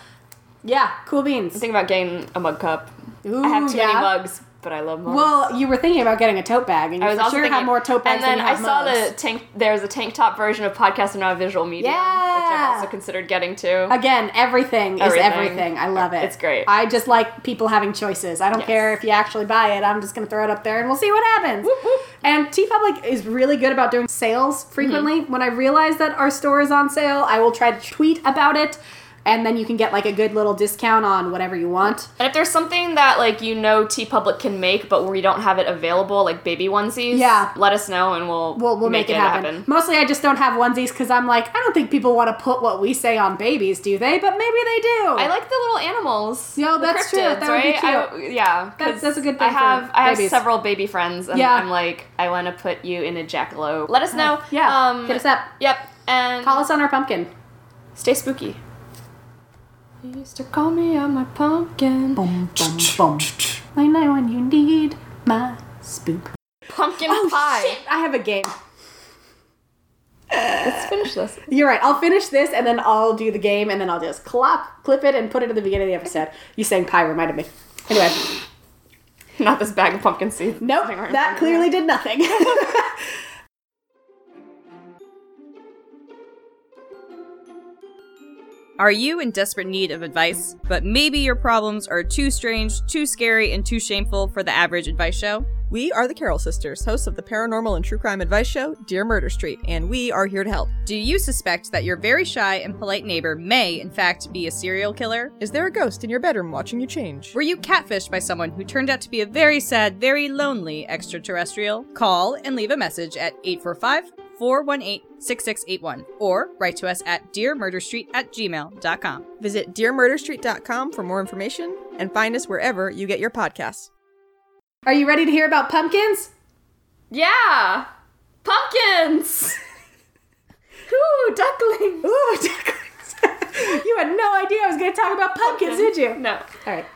B: yeah,
A: cool beans.
B: I'm thinking about getting a mug cup.
A: Ooh,
B: I have too many
A: yeah.
B: mugs, but I love mugs.
A: Well, you were thinking about getting a tote bag, and you
B: I was
A: for
B: also
A: sure
B: thinking,
A: have more tote bags
B: and then
A: than you have
B: I saw
A: mugs.
B: the tank. There's a tank top version of podcast and not a visual medium, which
A: Yeah.
B: I've also considered getting to.
A: Again, everything,
B: Everything.
A: is everything. I love it.
B: It's great.
A: I just like people having choices. I don't
B: Yes.
A: care if you actually buy it. I'm just going to throw it up there and we'll see what happens.
B: Whoop, Mm-hmm. whoop.
A: And T Public is really good about doing sales frequently. When I realize that our store is on sale, I will try to tweet about it. And then you can get like a good little discount on whatever you want.
B: And if there's something that like you know T Public can make, but we don't have it available, like baby onesies,
A: Yeah.
B: let us know and we'll
A: We'll, we'll make, it, happen. Mostly, I just don't have onesies because I'm like, I don't think people want to put what we say on babies, do they? But maybe they do.
B: I like the little animals.
A: Yeah,
B: the
A: that's true. That would be
B: I, yeah, 'cause
A: that's a good
B: I
A: thing for
B: have I have
A: babies.
B: several baby friends, and
A: Yeah. Uh,
B: I'm like, I want to put you in a jackalope. Let us know.
A: Yeah,
B: um,
A: hit us up.
B: Yep, and
A: Call us on our pumpkin.
B: Stay spooky. You used to call me on my pumpkin.
A: Boom, boom, boom. I know when you need my Oh, spook.
B: Pumpkin pie.
A: I have a game.
B: Let's finish this.
A: You're right. I'll finish this and then I'll do the game and then I'll just clop, clip it, and put it at the beginning of the episode. You saying pie reminded me.
B: [LAUGHS]
A: Anyway,
B: [LAUGHS] Not this bag of pumpkin seeds.
A: nope.
B: Nothing wrong
A: That
B: with
A: clearly did nothing. [LAUGHS]
C: Are you in desperate need of advice, but maybe your problems are too strange, too scary, and too shameful for the average advice show?
D: We are the Carroll Sisters, hosts of the paranormal and true crime advice show, Dear Murder Street, and we are here to help.
C: Do you suspect that your very shy and polite neighbor may, in fact, be a serial killer?
D: Is there a ghost in your bedroom watching you change?
C: Were you catfished by someone who turned out to be a very sad, very lonely extraterrestrial? Call and leave a message at 845 418 6681 or write to us at dearmurderstreet at gmail.com.
D: Visit dearmurderstreet.com for more information and find us wherever you get your podcasts.
A: Are you ready to hear about pumpkins?
B: Yeah! Pumpkins! [LAUGHS] Ooh, duckling!
A: [LAUGHS] Ooh, you had no idea I was going to talk about pumpkins, did you?
B: No.
A: All right.